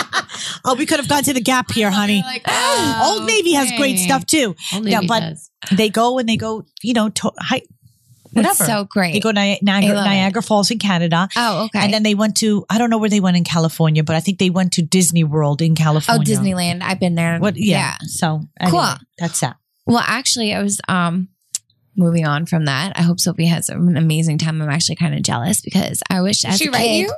[SPEAKER 2] oh, we could have gone to the gap here, honey.
[SPEAKER 3] Like, oh,
[SPEAKER 2] Old Navy has great
[SPEAKER 3] okay.
[SPEAKER 2] stuff too.
[SPEAKER 3] Old
[SPEAKER 2] Yeah,
[SPEAKER 3] Navy
[SPEAKER 2] but-
[SPEAKER 3] does.
[SPEAKER 2] They go and they go, you know, to, hi, whatever.
[SPEAKER 1] That's so great.
[SPEAKER 2] they go Ni-
[SPEAKER 1] I
[SPEAKER 2] Niagara,
[SPEAKER 1] love it.
[SPEAKER 2] Niagara Falls in Canada.
[SPEAKER 1] oh, okay.
[SPEAKER 2] And then they went to, I don't know where they went in California, but I think they went to Disney World in
[SPEAKER 1] oh,
[SPEAKER 2] California.
[SPEAKER 1] Disneyland. I've been there.
[SPEAKER 2] What? Yeah. So anyway,
[SPEAKER 1] Cool.
[SPEAKER 2] That's that.
[SPEAKER 1] Well, actually, I was um moving on from that. I hope Sophie has an amazing time. I'm actually kind of jealous because I wish as
[SPEAKER 3] Did she
[SPEAKER 1] a
[SPEAKER 3] write
[SPEAKER 1] kid,
[SPEAKER 3] you?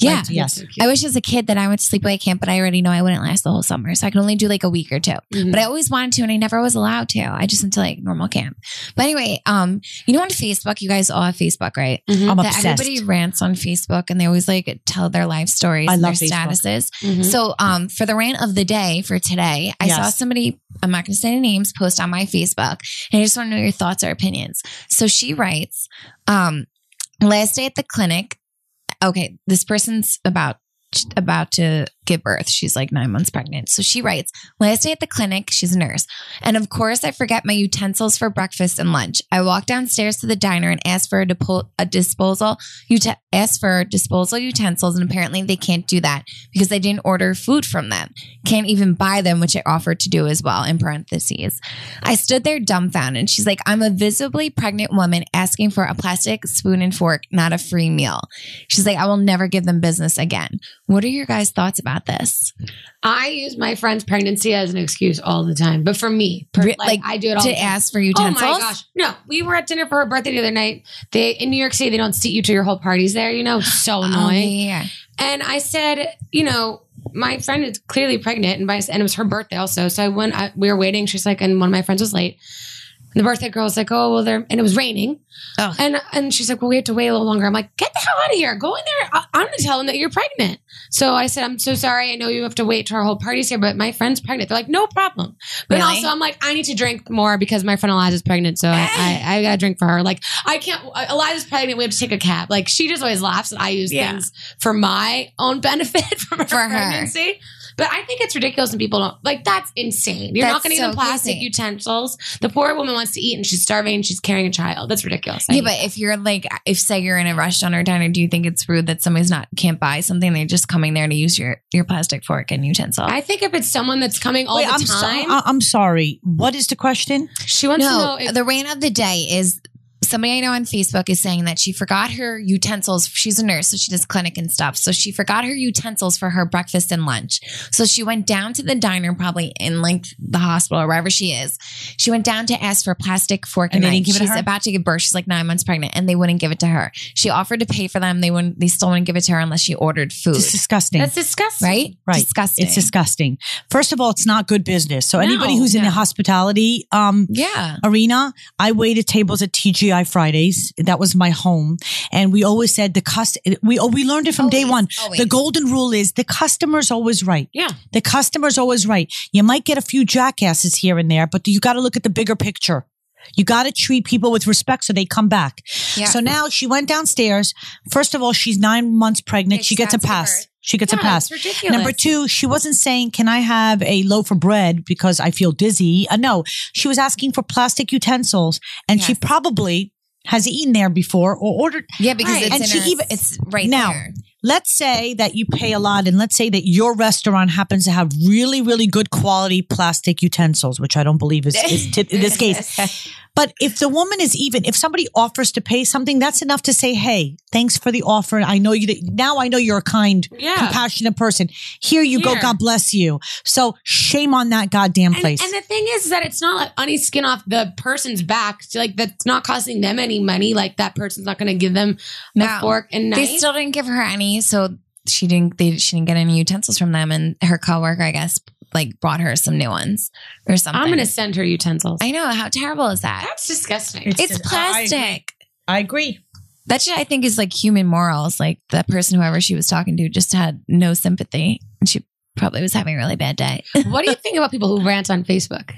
[SPEAKER 1] yeah.
[SPEAKER 2] Like, yes.
[SPEAKER 1] I wish as a kid that I went to sleepaway camp, but I already know I wouldn't last the whole summer. So I could only do like a week or two.
[SPEAKER 3] Mhm.
[SPEAKER 1] But I always wanted to and I never was allowed to. I just went to like normal camp. But anyway, um, you know on Facebook, you guys all have Facebook, right?
[SPEAKER 3] Mhm.
[SPEAKER 2] I'm
[SPEAKER 1] That
[SPEAKER 2] obsessed.
[SPEAKER 1] everybody rants on Facebook and they always like tell their life stories
[SPEAKER 2] I
[SPEAKER 1] and
[SPEAKER 2] love
[SPEAKER 1] their
[SPEAKER 2] Facebook. Mm-hmm.
[SPEAKER 1] statuses.
[SPEAKER 3] Mhm.
[SPEAKER 1] So, um, for the rant of the day for today, I saw
[SPEAKER 2] Yes.
[SPEAKER 1] somebody, I'm not going to say any names, post on my Facebook, and I just want to know your thoughts or opinions. So she writes, um, last day at the clinic. Okay, this person's about about to give birth. She's like nine months pregnant. So she writes, last day at the clinic, she's a nurse. And of course, I forget my utensils for breakfast and lunch. I walk downstairs to the diner and ask for a, depo- a disposal, ut- ask for disposal utensils. And apparently they can't do that because I didn't order food from them. Can't even buy them, which I offered to do as well, in parentheses. I stood there dumbfounded. She's like, I'm a visibly pregnant woman asking for a plastic spoon and fork, not a free meal. She's like, I will never give them business again. What are your guys' thoughts about this?
[SPEAKER 3] I use my friend's pregnancy as an excuse all the time, but for me, per-
[SPEAKER 1] Re-
[SPEAKER 3] like,
[SPEAKER 1] like,
[SPEAKER 3] I do it all.
[SPEAKER 1] To
[SPEAKER 3] the time.
[SPEAKER 1] ask for utensils?
[SPEAKER 3] Oh my gosh! No, we were at dinner for her birthday the other night. They in New York City, they don't seat you to your whole parties there. You know, it's so
[SPEAKER 1] Oh,
[SPEAKER 3] annoying.
[SPEAKER 1] yeah, yeah.
[SPEAKER 3] And I said, you know, my friend is clearly pregnant, and by and it was her birthday also. So I went. I, we were waiting. She's like, and one of my friends was late. And the birthday girl was like, oh well, they're and it was raining.
[SPEAKER 1] Oh.
[SPEAKER 3] And and she's like, well, we have to wait a little longer. I'm like, get the hell out of here. Go in there. I, I'm gonna tell them that you're pregnant. So I said, I'm so sorry. I know you have to wait till our whole party's here, but my friend's pregnant. They're like, no problem. But
[SPEAKER 1] Really?
[SPEAKER 3] also, I'm like, I need to drink more because my friend Eliza's pregnant. So I, I, I gotta drink for her. Like, I can't. Eliza's pregnant. We have to take a cab. Like, she just always laughs, and I use
[SPEAKER 1] Yeah.
[SPEAKER 3] things for my own [LAUGHS] benefit from her
[SPEAKER 1] For her.
[SPEAKER 3] pregnancy. But I think it's ridiculous when people don't like. That's insane. You're not
[SPEAKER 1] That's
[SPEAKER 3] going to
[SPEAKER 1] so
[SPEAKER 3] give them plastic
[SPEAKER 1] crazy.
[SPEAKER 3] utensils. The poor woman wants to eat and she's starving and she's carrying a child. That's ridiculous. I
[SPEAKER 1] Yeah,
[SPEAKER 3] hate
[SPEAKER 1] but if you're like, if say you're in a restaurant or diner, do you think it's rude that somebody's not can't buy something? They're just coming there to use your your plastic fork and utensil.
[SPEAKER 3] I think if it's someone that's coming all
[SPEAKER 2] Wait,
[SPEAKER 3] the
[SPEAKER 2] I'm, so-
[SPEAKER 3] time,
[SPEAKER 2] I- I'm sorry. What is the question?
[SPEAKER 3] she wants
[SPEAKER 1] no,
[SPEAKER 3] to know. If,
[SPEAKER 1] the rant of the day is somebody I know on Facebook is saying that she forgot her utensils. She's a nurse, so she does clinic and stuff. So she forgot her utensils for her breakfast and lunch. So she went down to the diner, probably in like the hospital or wherever she is. She went down to ask for a plastic fork and,
[SPEAKER 2] And they
[SPEAKER 1] knife.
[SPEAKER 2] didn't give it to
[SPEAKER 1] She's
[SPEAKER 2] her?
[SPEAKER 1] about to give birth. She's like nine months pregnant, and they wouldn't give it to her. She offered to pay for them. They wouldn't. They still wouldn't give it to her unless she ordered food.
[SPEAKER 2] It's disgusting.
[SPEAKER 3] that's disgusting.
[SPEAKER 1] right?
[SPEAKER 2] Right.
[SPEAKER 1] Disgusting.
[SPEAKER 2] it's disgusting. First of all, it's not good business. So anybody
[SPEAKER 3] No,
[SPEAKER 2] who's in the hospitality um,
[SPEAKER 1] yeah.
[SPEAKER 2] arena, I waited tables at TGI Fridays. That was my home, and we always said the cust. We oh, we learned it from day
[SPEAKER 1] Always,
[SPEAKER 2] one.
[SPEAKER 1] always.
[SPEAKER 2] The golden rule is the customer's always right.
[SPEAKER 3] Yeah.
[SPEAKER 2] The customer's always right. You might get a few jackasses here and there, but you got to look at the bigger picture. You got to treat people with respect so they come back.
[SPEAKER 1] Yeah.
[SPEAKER 2] So now she went downstairs. First of all, she's nine months pregnant.
[SPEAKER 1] Yeah,
[SPEAKER 2] she
[SPEAKER 1] she's
[SPEAKER 2] gets a
[SPEAKER 1] got to
[SPEAKER 2] pass.
[SPEAKER 1] birth.
[SPEAKER 2] She gets
[SPEAKER 3] Yeah,
[SPEAKER 2] a pass.
[SPEAKER 3] it's ridiculous.
[SPEAKER 2] Number two, she wasn't saying, Can I have a loaf of bread because I feel dizzy? Uh, no, she was asking for plastic utensils and she
[SPEAKER 1] Yes.
[SPEAKER 2] probably has eaten there before or ordered.
[SPEAKER 1] Yeah, because
[SPEAKER 3] Right.
[SPEAKER 1] it's
[SPEAKER 2] And
[SPEAKER 1] in
[SPEAKER 2] she
[SPEAKER 1] her-
[SPEAKER 2] even-
[SPEAKER 1] it's right
[SPEAKER 2] Now,
[SPEAKER 1] there.
[SPEAKER 2] Let's say that you pay a lot and let's say that your restaurant happens to have really, really good quality plastic utensils, which I don't believe is, is tip, in this
[SPEAKER 3] [LAUGHS]
[SPEAKER 2] case. But if the woman is even, if somebody offers to pay something, that's enough to say, Hey, thanks for the offer. I know you, now I know you're a kind
[SPEAKER 3] Yeah.
[SPEAKER 2] compassionate person. Here you go.
[SPEAKER 3] Here.
[SPEAKER 2] God bless you. So shame on that goddamn
[SPEAKER 3] And,
[SPEAKER 2] place.
[SPEAKER 3] and the thing is that it's not like any skin off the person's back. So, Like that's not costing them any money. Like that person's not going to give them
[SPEAKER 1] No.
[SPEAKER 3] a fork and knife.
[SPEAKER 1] They still didn't give her any, so she didn't. They she didn't get any utensils from them, and her coworker, I guess, like brought her some new ones or something.
[SPEAKER 3] I'm going to send her utensils.
[SPEAKER 1] I know how terrible is that?
[SPEAKER 3] that's disgusting.
[SPEAKER 1] It's
[SPEAKER 2] I- I agree.
[SPEAKER 1] plastic.
[SPEAKER 2] I agree.
[SPEAKER 1] That shit, I think, is like human morals. Like the person, whoever she was talking to, just had no sympathy, and she probably was having a really bad day.
[SPEAKER 3] [LAUGHS] what do you think about people who rant on Facebook?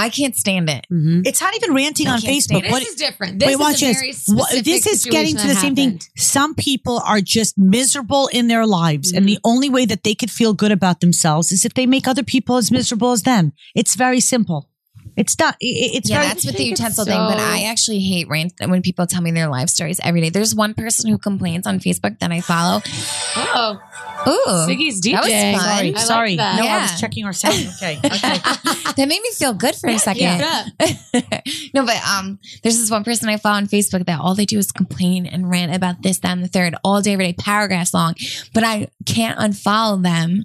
[SPEAKER 1] I can't stand it.
[SPEAKER 2] It's not even ranting
[SPEAKER 1] I
[SPEAKER 2] on
[SPEAKER 1] can't
[SPEAKER 2] Facebook.
[SPEAKER 1] stand
[SPEAKER 3] This
[SPEAKER 2] What,
[SPEAKER 3] is different. This
[SPEAKER 2] wait,
[SPEAKER 3] is
[SPEAKER 2] watch
[SPEAKER 3] a
[SPEAKER 2] this.
[SPEAKER 3] very
[SPEAKER 2] What-
[SPEAKER 3] specific
[SPEAKER 2] this is getting to
[SPEAKER 3] situation
[SPEAKER 2] the
[SPEAKER 3] that
[SPEAKER 2] same thing.
[SPEAKER 3] happened.
[SPEAKER 2] Some people are just miserable in their lives, and
[SPEAKER 3] Mhm.
[SPEAKER 2] the only way that they could feel good about themselves is if they make other people as miserable as them. It's very simple. It's done. It- it's
[SPEAKER 1] yeah,
[SPEAKER 2] very,
[SPEAKER 1] that's with the
[SPEAKER 3] think it's
[SPEAKER 1] utensil thing. But
[SPEAKER 3] so-
[SPEAKER 1] I actually hate rant- when people tell me their life stories every day. There's one person who complains on Facebook that I follow.
[SPEAKER 3] Oh,
[SPEAKER 1] Ooh,
[SPEAKER 3] Siggy's DJ.
[SPEAKER 1] that was fun. I
[SPEAKER 2] sorry.
[SPEAKER 1] like
[SPEAKER 2] sorry.
[SPEAKER 3] that.
[SPEAKER 2] No, I
[SPEAKER 1] Yeah.
[SPEAKER 2] was checking our sound.
[SPEAKER 3] [LAUGHS]
[SPEAKER 2] Okay. Okay.
[SPEAKER 1] that made me feel good
[SPEAKER 2] [LAUGHS]
[SPEAKER 1] for a second. [LAUGHS]
[SPEAKER 3] Yeah.
[SPEAKER 1] no, but um, there's this one person I follow on Facebook that all they do is complain and rant about this, that, and the third all day, every day, paragraphs long. But I can't unfollow them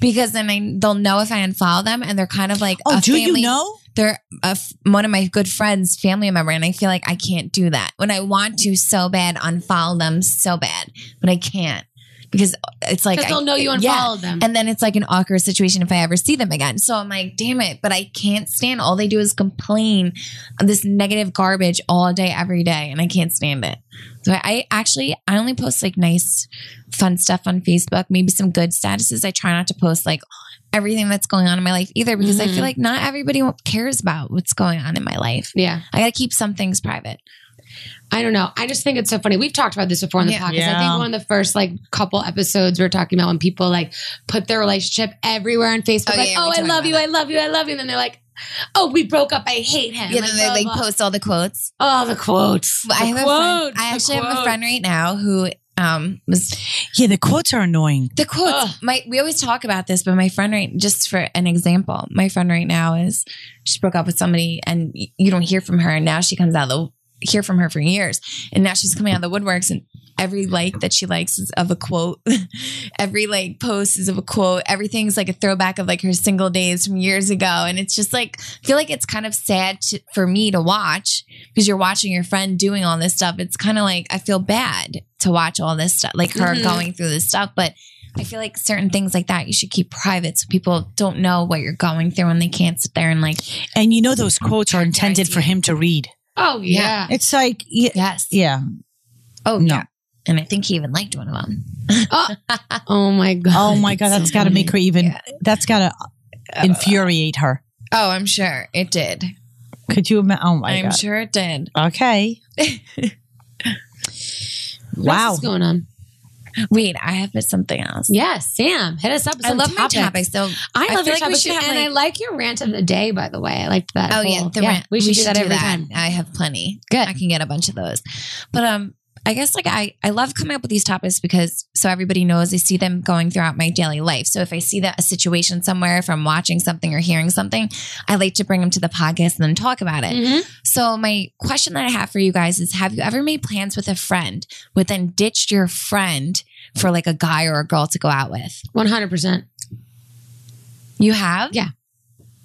[SPEAKER 1] because then I, they'll know if I unfollow them, and they're kind of like,
[SPEAKER 2] Oh,
[SPEAKER 1] a
[SPEAKER 2] do you
[SPEAKER 1] family-
[SPEAKER 2] know?
[SPEAKER 1] They're a f- one of my good friends, family member, and I feel like I can't do that. When I want to so bad, unfollow them so bad, but I can't because it's like
[SPEAKER 3] Because
[SPEAKER 1] I-
[SPEAKER 3] they'll know you
[SPEAKER 1] yeah.
[SPEAKER 3] unfollowed them.
[SPEAKER 1] and then it's like an awkward situation if I ever see them again. So I'm like, damn it, but I can't stand all they do is complain of this negative garbage all day, every day, and I can't stand it. So I actually I only post like nice fun stuff on Facebook, maybe some good statuses. I try not to post like everything that's going on in my life either because I
[SPEAKER 3] Mhm.
[SPEAKER 1] feel like not everybody cares about what's going on in my life.
[SPEAKER 3] yeah.
[SPEAKER 1] I got to keep some things private.
[SPEAKER 3] I don't know. I just think it's so funny. We've talked about this before on the
[SPEAKER 1] Yeah.
[SPEAKER 3] podcast. I
[SPEAKER 2] Yeah.
[SPEAKER 3] think one of the first like couple episodes we were talking about when people like put their relationship everywhere on Facebook,
[SPEAKER 1] Oh,
[SPEAKER 3] like,
[SPEAKER 1] yeah, we
[SPEAKER 3] "Oh, I
[SPEAKER 1] talked
[SPEAKER 3] love
[SPEAKER 1] about
[SPEAKER 3] you, I love you, I love you," and then they're like, "Oh, we broke up. I hate him."
[SPEAKER 1] Yeah, then they
[SPEAKER 3] blah,
[SPEAKER 1] like
[SPEAKER 3] blah.
[SPEAKER 1] post all the quotes.
[SPEAKER 3] all the quotes.
[SPEAKER 1] I
[SPEAKER 3] The
[SPEAKER 1] have a friend.
[SPEAKER 3] quotes,
[SPEAKER 1] I
[SPEAKER 3] the
[SPEAKER 1] actually have a
[SPEAKER 3] quotes.
[SPEAKER 1] friend right now who um was
[SPEAKER 2] Yeah, the quotes are annoying.
[SPEAKER 1] The quotes.
[SPEAKER 3] Ugh.
[SPEAKER 1] My we always talk about this, but my friend right just for an example, my friend right now is she broke up with somebody and y- you don't hear from her, and now she comes out of the hear from her for years, and now she's coming out of the woodworks and. Every like that she likes is of a quote. [LAUGHS] Every like post is of a quote. Everything's like a throwback of like her single days from years ago. And it's just like, I feel like it's kind of sad to, for me to watch because you're watching your friend doing all this stuff. It's kind of like, I feel bad to watch all this stuff, like her
[SPEAKER 3] Mhm.
[SPEAKER 1] going through this stuff. But I feel like certain things like that you should keep private so people don't know what you're going through and they can't sit there and like,
[SPEAKER 2] And you know those quotes are intended
[SPEAKER 1] Characterizing.
[SPEAKER 2] for him to read.
[SPEAKER 3] Oh yeah.
[SPEAKER 2] It's like yeah,
[SPEAKER 1] yes,
[SPEAKER 2] yeah.
[SPEAKER 1] [LAUGHS] oh
[SPEAKER 2] No.
[SPEAKER 1] yeah. And I think he even liked one of them.
[SPEAKER 3] Oh my god.
[SPEAKER 2] Oh my god, that's got to make her even.
[SPEAKER 1] Yeah. Uh,
[SPEAKER 2] That's got to infuriate her.
[SPEAKER 1] Oh, I'm sure it did.
[SPEAKER 2] Could you imagine? Oh my
[SPEAKER 1] I'm
[SPEAKER 2] god.
[SPEAKER 1] sure it did.
[SPEAKER 2] Okay.
[SPEAKER 1] [LAUGHS]
[SPEAKER 2] wow.
[SPEAKER 3] What's going on?
[SPEAKER 1] Wait, I have something else.
[SPEAKER 3] Yes, Sam, hit us up. With
[SPEAKER 1] I
[SPEAKER 3] some
[SPEAKER 1] love
[SPEAKER 3] topics.
[SPEAKER 1] my topic. So
[SPEAKER 3] I
[SPEAKER 1] I
[SPEAKER 3] love
[SPEAKER 1] feel like
[SPEAKER 3] your
[SPEAKER 1] we
[SPEAKER 3] topic,
[SPEAKER 1] should
[SPEAKER 3] too,
[SPEAKER 1] have,
[SPEAKER 3] and
[SPEAKER 1] like-
[SPEAKER 3] I like your rant of the day. By the way, I liked that.
[SPEAKER 1] Oh
[SPEAKER 3] whole-
[SPEAKER 1] yeah, the rant.
[SPEAKER 3] We should, do that every time.
[SPEAKER 1] I have plenty. Good. I can get a bunch of those. But um I guess like I I love coming up with these topics because so everybody knows I see them going throughout my daily life. So if I see that a situation somewhere, if I'm watching something or hearing something, I like to bring them to the podcast and then talk about it.
[SPEAKER 3] Mhm.
[SPEAKER 1] So my question that I have for you guys is have you ever made plans with a friend but then ditched your friend for like a guy or a girl to go out with?
[SPEAKER 3] 100%.
[SPEAKER 1] You have?
[SPEAKER 3] Yeah.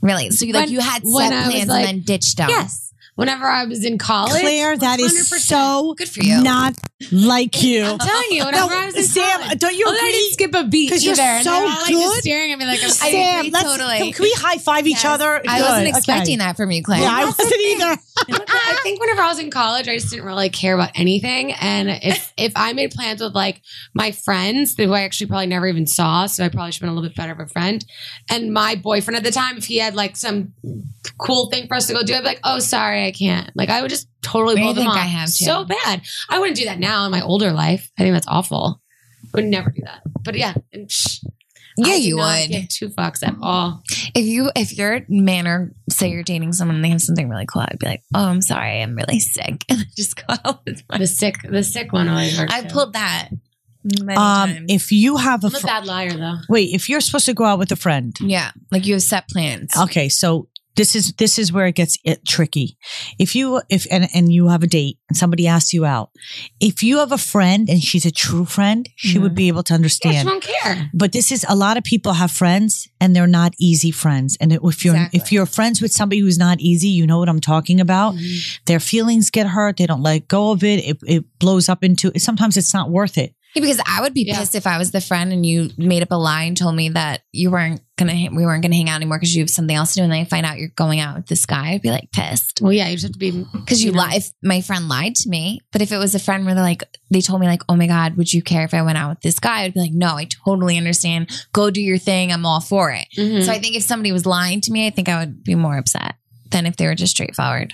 [SPEAKER 1] Really? So you like
[SPEAKER 3] When-
[SPEAKER 1] you had set
[SPEAKER 3] when I was,
[SPEAKER 1] plans and
[SPEAKER 3] like-
[SPEAKER 1] then ditched them.
[SPEAKER 3] Yes. Whenever I was in college.
[SPEAKER 2] Claire, that is
[SPEAKER 3] 100%.
[SPEAKER 2] so
[SPEAKER 1] Good for you.
[SPEAKER 2] not like you.
[SPEAKER 3] I'm telling you, whenever I was in
[SPEAKER 2] Sam, uh,
[SPEAKER 3] college.
[SPEAKER 2] don't
[SPEAKER 1] Oh,
[SPEAKER 2] you
[SPEAKER 3] Although I didn't
[SPEAKER 2] agree?
[SPEAKER 3] skip a beat
[SPEAKER 2] 'Cause
[SPEAKER 3] either.
[SPEAKER 2] you're
[SPEAKER 3] and
[SPEAKER 2] so
[SPEAKER 3] they're all, like, just
[SPEAKER 2] good.
[SPEAKER 3] staring at me like I'm
[SPEAKER 1] I
[SPEAKER 3] crazy.
[SPEAKER 2] Sam,
[SPEAKER 1] agree,
[SPEAKER 2] let's
[SPEAKER 1] totally.
[SPEAKER 2] can we high five each
[SPEAKER 1] Yes.
[SPEAKER 2] other?
[SPEAKER 1] I wasn't expecting
[SPEAKER 2] that.
[SPEAKER 1] that from you, Claire.
[SPEAKER 2] Yeah, I wasn't either.
[SPEAKER 1] Ah.
[SPEAKER 3] I think whenever I was in college, I just didn't really care about anything. And if if I made plans with like my friends, who I actually probably never even saw, so I probably should have been a little bit better of a friend. And my boyfriend at the time, if he had like some cool thing for us to go do, I'd be like, "Oh, sorry, I can't." Like I would just totally
[SPEAKER 1] I
[SPEAKER 3] blow them
[SPEAKER 1] think
[SPEAKER 3] off.
[SPEAKER 1] I have too.
[SPEAKER 3] so bad. I wouldn't do that now in my older life. I think that's awful. I would never do that. But yeah, and psh,
[SPEAKER 1] Yeah,
[SPEAKER 3] I do
[SPEAKER 1] you
[SPEAKER 3] not
[SPEAKER 1] would.
[SPEAKER 3] give two fucks at all.
[SPEAKER 1] If you if your manner say you're dating someone and they have something really cool, I'd be like, Oh, I'm sorry, I'm really sick. [LAUGHS] And just go out with my
[SPEAKER 3] The sick, the sick one always works.
[SPEAKER 1] I
[SPEAKER 3] too.
[SPEAKER 1] pulled that many
[SPEAKER 2] Um,
[SPEAKER 1] times.
[SPEAKER 2] if you have a
[SPEAKER 3] I'm a
[SPEAKER 2] fr-
[SPEAKER 3] bad liar though.
[SPEAKER 2] wait, if you're supposed to go out with a friend,
[SPEAKER 1] yeah. Like you have set plans.
[SPEAKER 2] Okay, so this is this is where it gets it tricky. If you if and, and you have a date and somebody asks you out, if you have a friend and she's a true friend, she
[SPEAKER 1] Mm-hmm.
[SPEAKER 2] would be able to
[SPEAKER 3] Yeah, she
[SPEAKER 2] understand.
[SPEAKER 3] won't care.
[SPEAKER 2] but this is a lot of people have friends and they're not easy friends. And if you're if
[SPEAKER 1] Exactly.
[SPEAKER 2] you're friends with somebody who's not easy, you know what I'm talking
[SPEAKER 3] Oh,
[SPEAKER 2] about.
[SPEAKER 1] Mm-hmm.
[SPEAKER 2] Their feelings get hurt. They don't let go of it. It it blows up into. Sometimes it's not worth it.
[SPEAKER 1] Yeah, because I would be
[SPEAKER 3] Yeah.
[SPEAKER 1] pissed if I was the friend and you made up a lie and told me that you weren't gonna hang- we weren't gonna hang out anymore because you have something else to do and then I find out you're going out with this guy, I'd be like pissed.
[SPEAKER 3] Well, yeah, you just have to be
[SPEAKER 1] Because you,
[SPEAKER 3] You know?
[SPEAKER 1] lie. If my friend lied to me, but if it was a friend where they're like, they told me like, oh my god, would you care if I went out with this guy? I'd be like, no, I totally understand. Go do your thing. I'm all for it. So
[SPEAKER 3] Mm.
[SPEAKER 1] I think if somebody was lying to me, I think I would be more upset than if they were just straightforward.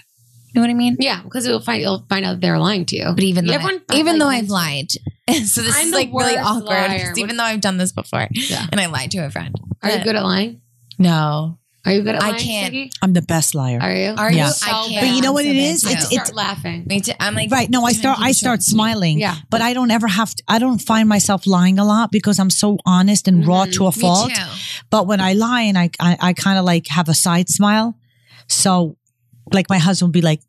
[SPEAKER 1] You know what I mean?
[SPEAKER 3] yeah, because you'll find you'll find out they're lying to you.
[SPEAKER 1] But even though,
[SPEAKER 3] Everyone-
[SPEAKER 1] I, even though
[SPEAKER 3] like-
[SPEAKER 1] I've lied, [LAUGHS] so this
[SPEAKER 3] I'm
[SPEAKER 1] is
[SPEAKER 3] the
[SPEAKER 1] like really
[SPEAKER 3] worst
[SPEAKER 1] awkward.
[SPEAKER 3] liar.
[SPEAKER 1] 'cause Even though I've done this before,
[SPEAKER 3] Yeah.
[SPEAKER 1] and I lied to a friend.
[SPEAKER 3] Are you good at lying?
[SPEAKER 1] No,
[SPEAKER 3] Are you good at
[SPEAKER 1] I
[SPEAKER 3] lying,
[SPEAKER 1] can't.
[SPEAKER 3] Siggy?
[SPEAKER 2] I'm the best liar.
[SPEAKER 3] Are you?
[SPEAKER 1] Are
[SPEAKER 2] Yeah.
[SPEAKER 1] you?
[SPEAKER 3] So
[SPEAKER 1] I can't.
[SPEAKER 3] bad. But you
[SPEAKER 2] know what
[SPEAKER 1] I'm so
[SPEAKER 2] it
[SPEAKER 1] bad
[SPEAKER 2] is?
[SPEAKER 1] too.
[SPEAKER 3] I
[SPEAKER 2] It's-
[SPEAKER 3] start laughing.
[SPEAKER 1] Me too. I'm like
[SPEAKER 2] right. No, I
[SPEAKER 1] trying to
[SPEAKER 2] start
[SPEAKER 1] keep
[SPEAKER 2] I
[SPEAKER 1] it
[SPEAKER 2] start
[SPEAKER 1] short.
[SPEAKER 2] smiling.
[SPEAKER 3] Yeah.
[SPEAKER 2] But I don't ever have to, I don't find myself lying a lot because I'm so honest and raw
[SPEAKER 3] Mhm.
[SPEAKER 2] to a
[SPEAKER 1] Mm-hmm. Me
[SPEAKER 2] fault.
[SPEAKER 1] too.
[SPEAKER 2] But when I lie and I I, I kind of like have a side smile. So like my husband would be like,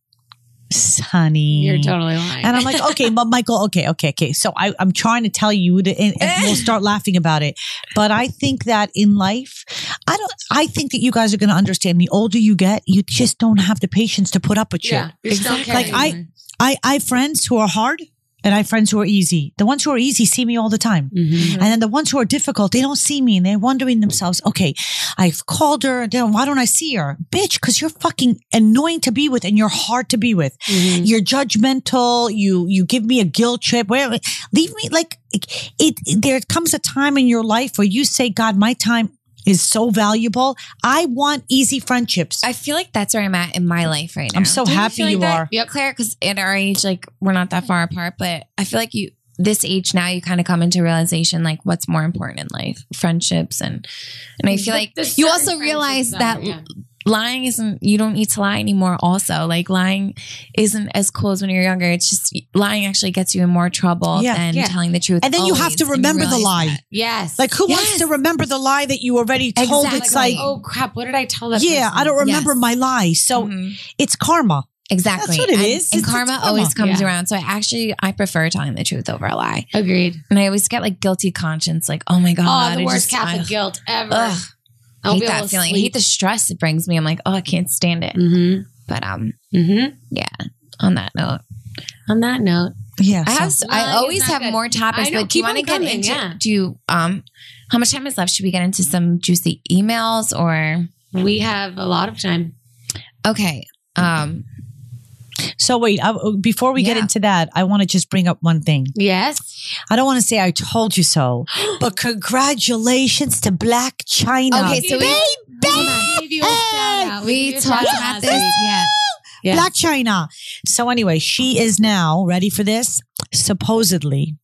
[SPEAKER 2] honey.
[SPEAKER 3] You're totally lying.
[SPEAKER 2] And I'm like, okay, but Michael, okay, okay, okay. So I, I'm trying to tell you that, and, and we'll start laughing about it. But I think that in life, I don't, I think that you guys are going to understand the older you get, you just don't have the patience to put up with shit.
[SPEAKER 3] yeah, you're
[SPEAKER 1] Exactly.
[SPEAKER 3] still
[SPEAKER 1] Like,
[SPEAKER 2] I- I, I have friends who are hard and I have friends who are easy. The ones who are easy see me all the time.
[SPEAKER 1] Mm-hmm.
[SPEAKER 3] hmm
[SPEAKER 2] And then the ones who are difficult, they don't see me and they're wondering themselves, okay, I've called her. Then why don't I see her? Bitch, cause you're fucking annoying to be with and you're hard to be with.
[SPEAKER 1] Mm-hmm. Mm.
[SPEAKER 2] You're judgmental. You, you give me a guilt trip. Where leave me like it, it, there comes a time in your life where you say, God, my time is so valuable. I want easy friendships.
[SPEAKER 1] I feel like that's where I'm at in my life right now.
[SPEAKER 2] I'm so
[SPEAKER 1] Don't
[SPEAKER 2] happy
[SPEAKER 1] feel like
[SPEAKER 2] you
[SPEAKER 1] that?
[SPEAKER 2] are.
[SPEAKER 1] Yep. Claire, because at our age, like we're not that far apart, but I feel like you, this age now, you kind of come into realization like what's more important in life, friendships, and and
[SPEAKER 3] Mm,
[SPEAKER 1] I feel like you also realize that lying isn't. You don't need to lie anymore. Also, like lying isn't as cool as when you're younger. It's just lying actually gets you in more trouble
[SPEAKER 2] Yeah.
[SPEAKER 1] than
[SPEAKER 3] Yeah.
[SPEAKER 1] telling the truth.
[SPEAKER 2] and then you have
[SPEAKER 1] always,
[SPEAKER 2] to
[SPEAKER 1] and you
[SPEAKER 2] remember the
[SPEAKER 1] realize
[SPEAKER 2] lie.
[SPEAKER 1] that.
[SPEAKER 3] yes,
[SPEAKER 2] Like who wants
[SPEAKER 1] Yes.
[SPEAKER 2] to remember the lie that you already told?
[SPEAKER 1] Exactly.
[SPEAKER 2] It's like,
[SPEAKER 3] oh crap, what did I tell that?
[SPEAKER 2] yeah,
[SPEAKER 3] person?
[SPEAKER 2] I don't remember
[SPEAKER 1] Yes.
[SPEAKER 2] my lie. So
[SPEAKER 1] Mhm.
[SPEAKER 2] it's karma.
[SPEAKER 1] Exactly.
[SPEAKER 2] That's what it
[SPEAKER 1] and,
[SPEAKER 2] is.
[SPEAKER 1] And
[SPEAKER 2] It's- it's
[SPEAKER 1] karma,
[SPEAKER 2] karma.
[SPEAKER 1] always comes
[SPEAKER 3] Yeah.
[SPEAKER 1] around. So I actually I prefer telling the truth over a lie.
[SPEAKER 3] Agreed.
[SPEAKER 1] And I always get like guilty conscience, like, oh my God.
[SPEAKER 3] oh, the
[SPEAKER 1] I just-
[SPEAKER 3] worst Catholic
[SPEAKER 1] I-
[SPEAKER 3] guilt ever.
[SPEAKER 1] Ugh,
[SPEAKER 3] I'll
[SPEAKER 1] hate
[SPEAKER 3] be
[SPEAKER 1] that
[SPEAKER 3] able to
[SPEAKER 1] feeling. I
[SPEAKER 3] sleep.
[SPEAKER 1] hate the stress it brings me. I'm like, oh, I can't stand it.
[SPEAKER 3] Mhm.
[SPEAKER 1] But um,
[SPEAKER 3] Mhm.
[SPEAKER 1] on that note,
[SPEAKER 3] On that note,
[SPEAKER 2] Yeah.
[SPEAKER 1] I have
[SPEAKER 2] so-
[SPEAKER 1] I
[SPEAKER 3] Lying is
[SPEAKER 1] always
[SPEAKER 3] not
[SPEAKER 1] have
[SPEAKER 3] good.
[SPEAKER 1] more
[SPEAKER 3] I
[SPEAKER 1] topics.
[SPEAKER 3] know,
[SPEAKER 1] But do you
[SPEAKER 3] keep
[SPEAKER 1] want to
[SPEAKER 3] on
[SPEAKER 1] get
[SPEAKER 3] coming,
[SPEAKER 1] into?
[SPEAKER 3] yeah.
[SPEAKER 1] Do you um? How much time is left? Should we get into some juicy emails or
[SPEAKER 3] we have a lot of time.
[SPEAKER 1] okay? Um,
[SPEAKER 2] so wait, I, uh, before we get
[SPEAKER 1] Yeah.
[SPEAKER 2] into that, I want to just bring up one thing.
[SPEAKER 3] Yes.
[SPEAKER 2] I don't want to say I told
[SPEAKER 1] [GASPS]
[SPEAKER 2] you so, but congratulations to Black China.
[SPEAKER 1] okay, so we
[SPEAKER 3] Hold on, we gave you a shout out. gave
[SPEAKER 1] we
[SPEAKER 3] you a
[SPEAKER 1] talked
[SPEAKER 3] shout out
[SPEAKER 1] about
[SPEAKER 3] last
[SPEAKER 1] this.
[SPEAKER 3] week.
[SPEAKER 1] Yeah,
[SPEAKER 3] Yeah.
[SPEAKER 2] Black China. So anyway, she is now ready for this. Supposedly,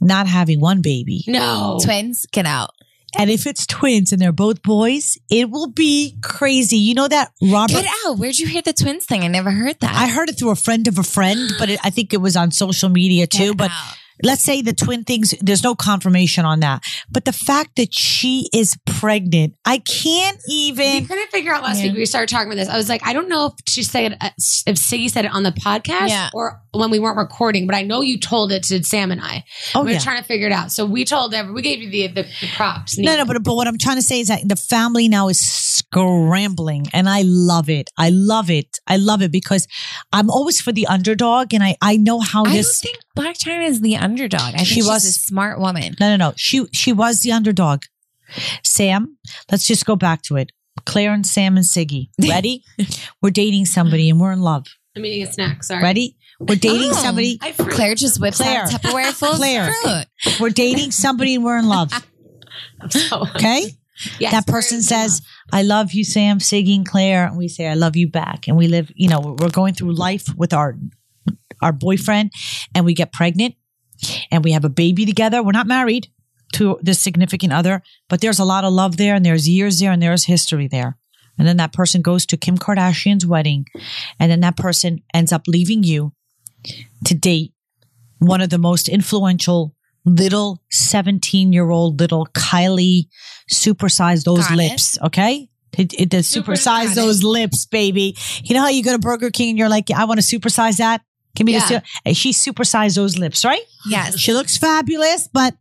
[SPEAKER 2] not having one baby.
[SPEAKER 3] No.
[SPEAKER 1] twins, get out.
[SPEAKER 2] And if it's twins and they're both boys, it will be crazy. You know that Robert
[SPEAKER 1] Get out. Where'd you hear the twins thing? I never heard that.
[SPEAKER 2] I heard it through a friend of a friend, but it, I think it was on social media too.
[SPEAKER 1] Get
[SPEAKER 2] But
[SPEAKER 1] out.
[SPEAKER 2] let's say the twin things, there's no confirmation on that. But the fact that she is pregnant, I can't
[SPEAKER 3] We
[SPEAKER 2] even.
[SPEAKER 3] couldn't figure out last
[SPEAKER 1] Yeah.
[SPEAKER 3] week. We started talking about this. I was like, I don't know if she said uh, if Siggy said it on the podcast
[SPEAKER 1] Yeah.
[SPEAKER 3] or when we weren't recording, but I know you told it to Sam and I.
[SPEAKER 2] Oh,
[SPEAKER 3] we
[SPEAKER 2] yeah.
[SPEAKER 3] were trying to figure it out. So we told every we gave you the the, the props.
[SPEAKER 2] No, no, but, but what I'm trying to say is that the family now is scrambling and I love it. I love it. I love it because I'm always for the underdog and I, I know how
[SPEAKER 1] I don't
[SPEAKER 2] this.
[SPEAKER 1] think Black China is the underdog. I think
[SPEAKER 2] She
[SPEAKER 1] she's
[SPEAKER 2] was-
[SPEAKER 1] a smart woman.
[SPEAKER 2] No, no, no. She she was the underdog. Sam, let's just go back to it. Claire and Sam and
[SPEAKER 1] [LAUGHS]
[SPEAKER 2] Siggy. Ready? we're dating somebody and we're in love.
[SPEAKER 3] I'm eating a snack. Sorry.
[SPEAKER 2] Ready? We're dating
[SPEAKER 1] Oh.
[SPEAKER 2] somebody.
[SPEAKER 3] I freaked.
[SPEAKER 1] Claire just whips out a Tupperware full of
[SPEAKER 2] Claire.
[SPEAKER 1] fruit.
[SPEAKER 2] We're dating somebody and we're
[SPEAKER 1] [LAUGHS]
[SPEAKER 2] in love.
[SPEAKER 3] I'm so-
[SPEAKER 2] [LAUGHS] Okay?
[SPEAKER 3] Yes,
[SPEAKER 2] that
[SPEAKER 3] we're
[SPEAKER 2] person
[SPEAKER 3] in
[SPEAKER 2] says, I love you, Sam, Siggy, and Claire. And we say, I love you back. And we live, you know, we're going through life with our our boyfriend and we get pregnant and we have a baby together. We're not married to this significant other, but there's a lot of love there and there's years there and there's history there. And then that person goes to Kim Kardashian's wedding and then that person ends up leaving you to date one of the most influential little 17 year old little Kylie supersize those
[SPEAKER 1] Got it.
[SPEAKER 2] lips. Okay. It, it, does
[SPEAKER 3] Super-
[SPEAKER 2] supersize
[SPEAKER 1] got it.
[SPEAKER 2] those lips, baby. You know how you go to Burger King and you're like, I want to supersize that. Give me this.
[SPEAKER 3] Yeah.
[SPEAKER 2] And she supersized those lips, right?
[SPEAKER 1] Yes.
[SPEAKER 2] She looks fabulous, but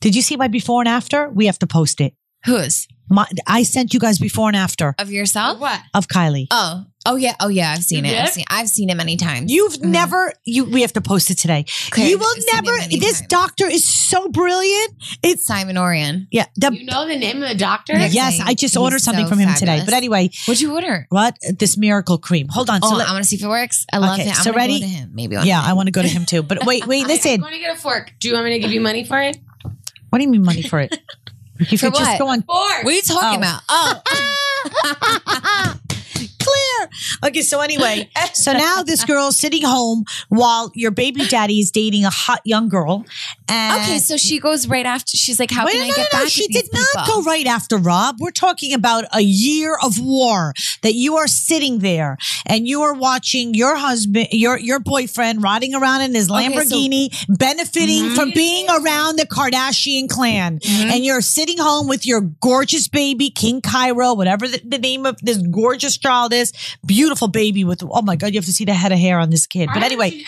[SPEAKER 2] did you see my before and after? We have to post it.
[SPEAKER 1] Who's?
[SPEAKER 2] My, I sent you guys before and after
[SPEAKER 1] Of
[SPEAKER 3] love.
[SPEAKER 1] yourself?
[SPEAKER 3] What?
[SPEAKER 2] of Kylie.
[SPEAKER 1] Oh. Oh yeah. Oh yeah. I've seen
[SPEAKER 3] You
[SPEAKER 1] it. I've
[SPEAKER 3] did?
[SPEAKER 1] seen, I've seen it many times.
[SPEAKER 2] You've
[SPEAKER 1] Mhm.
[SPEAKER 2] never you we have to post it today.
[SPEAKER 1] Claire,
[SPEAKER 2] you will
[SPEAKER 1] I've seen it
[SPEAKER 2] never
[SPEAKER 1] many
[SPEAKER 2] this
[SPEAKER 1] times.
[SPEAKER 2] doctor is so brilliant. It's
[SPEAKER 1] Simon Orion.
[SPEAKER 2] yeah, the,
[SPEAKER 3] You know the name of the doctor?
[SPEAKER 1] Yeah.
[SPEAKER 2] yes, I just
[SPEAKER 1] He's
[SPEAKER 2] ordered something
[SPEAKER 1] so
[SPEAKER 2] from him today.
[SPEAKER 1] fabulous.
[SPEAKER 2] But anyway,
[SPEAKER 1] What'd you order?
[SPEAKER 2] what this miracle cream. Hold on. So
[SPEAKER 1] Oh,
[SPEAKER 2] let-
[SPEAKER 1] I want to see if it works. I love
[SPEAKER 2] Okay,
[SPEAKER 1] it. I'm
[SPEAKER 2] so
[SPEAKER 1] gonna
[SPEAKER 2] ready?
[SPEAKER 1] Go to him. Maybe. one
[SPEAKER 2] yeah,
[SPEAKER 1] day.
[SPEAKER 2] I want to go to him too. But
[SPEAKER 1] [LAUGHS]
[SPEAKER 2] wait, wait,
[SPEAKER 3] I'm
[SPEAKER 2] listen.
[SPEAKER 3] going to get a fork. Do you want me to give you money for it?
[SPEAKER 2] What do you mean money for
[SPEAKER 1] [LAUGHS]
[SPEAKER 2] it? If you
[SPEAKER 1] For
[SPEAKER 2] could just
[SPEAKER 1] what?
[SPEAKER 2] go on [LAUGHS]
[SPEAKER 3] Fork.
[SPEAKER 1] Oh. What are you talking
[SPEAKER 2] Oh.
[SPEAKER 1] about? Oh.
[SPEAKER 2] Clear. Okay, so anyway, so now
[SPEAKER 1] [LAUGHS]
[SPEAKER 2] this girl's sitting home while your baby daddy is dating a hot young girl. And
[SPEAKER 1] Okay, so she goes right after. She's like, "How
[SPEAKER 2] Wait,
[SPEAKER 1] can
[SPEAKER 2] no,
[SPEAKER 1] I
[SPEAKER 2] no,
[SPEAKER 1] get
[SPEAKER 2] no,
[SPEAKER 1] back?"
[SPEAKER 2] She
[SPEAKER 1] at these
[SPEAKER 2] did not
[SPEAKER 1] people?
[SPEAKER 2] go right after Rob. We're talking about a year of war that you are sitting there and you are watching your husband, your your boyfriend, riding around in his
[SPEAKER 1] Okay, so- Mm-hmm.
[SPEAKER 2] Lamborghini, benefiting from being around the Kardashian clan, and you're sitting home with your gorgeous baby, King Cairo, whatever the, the name of this gorgeous child is, beautiful baby with oh my god, you have to see the head of hair on this kid. But anyway,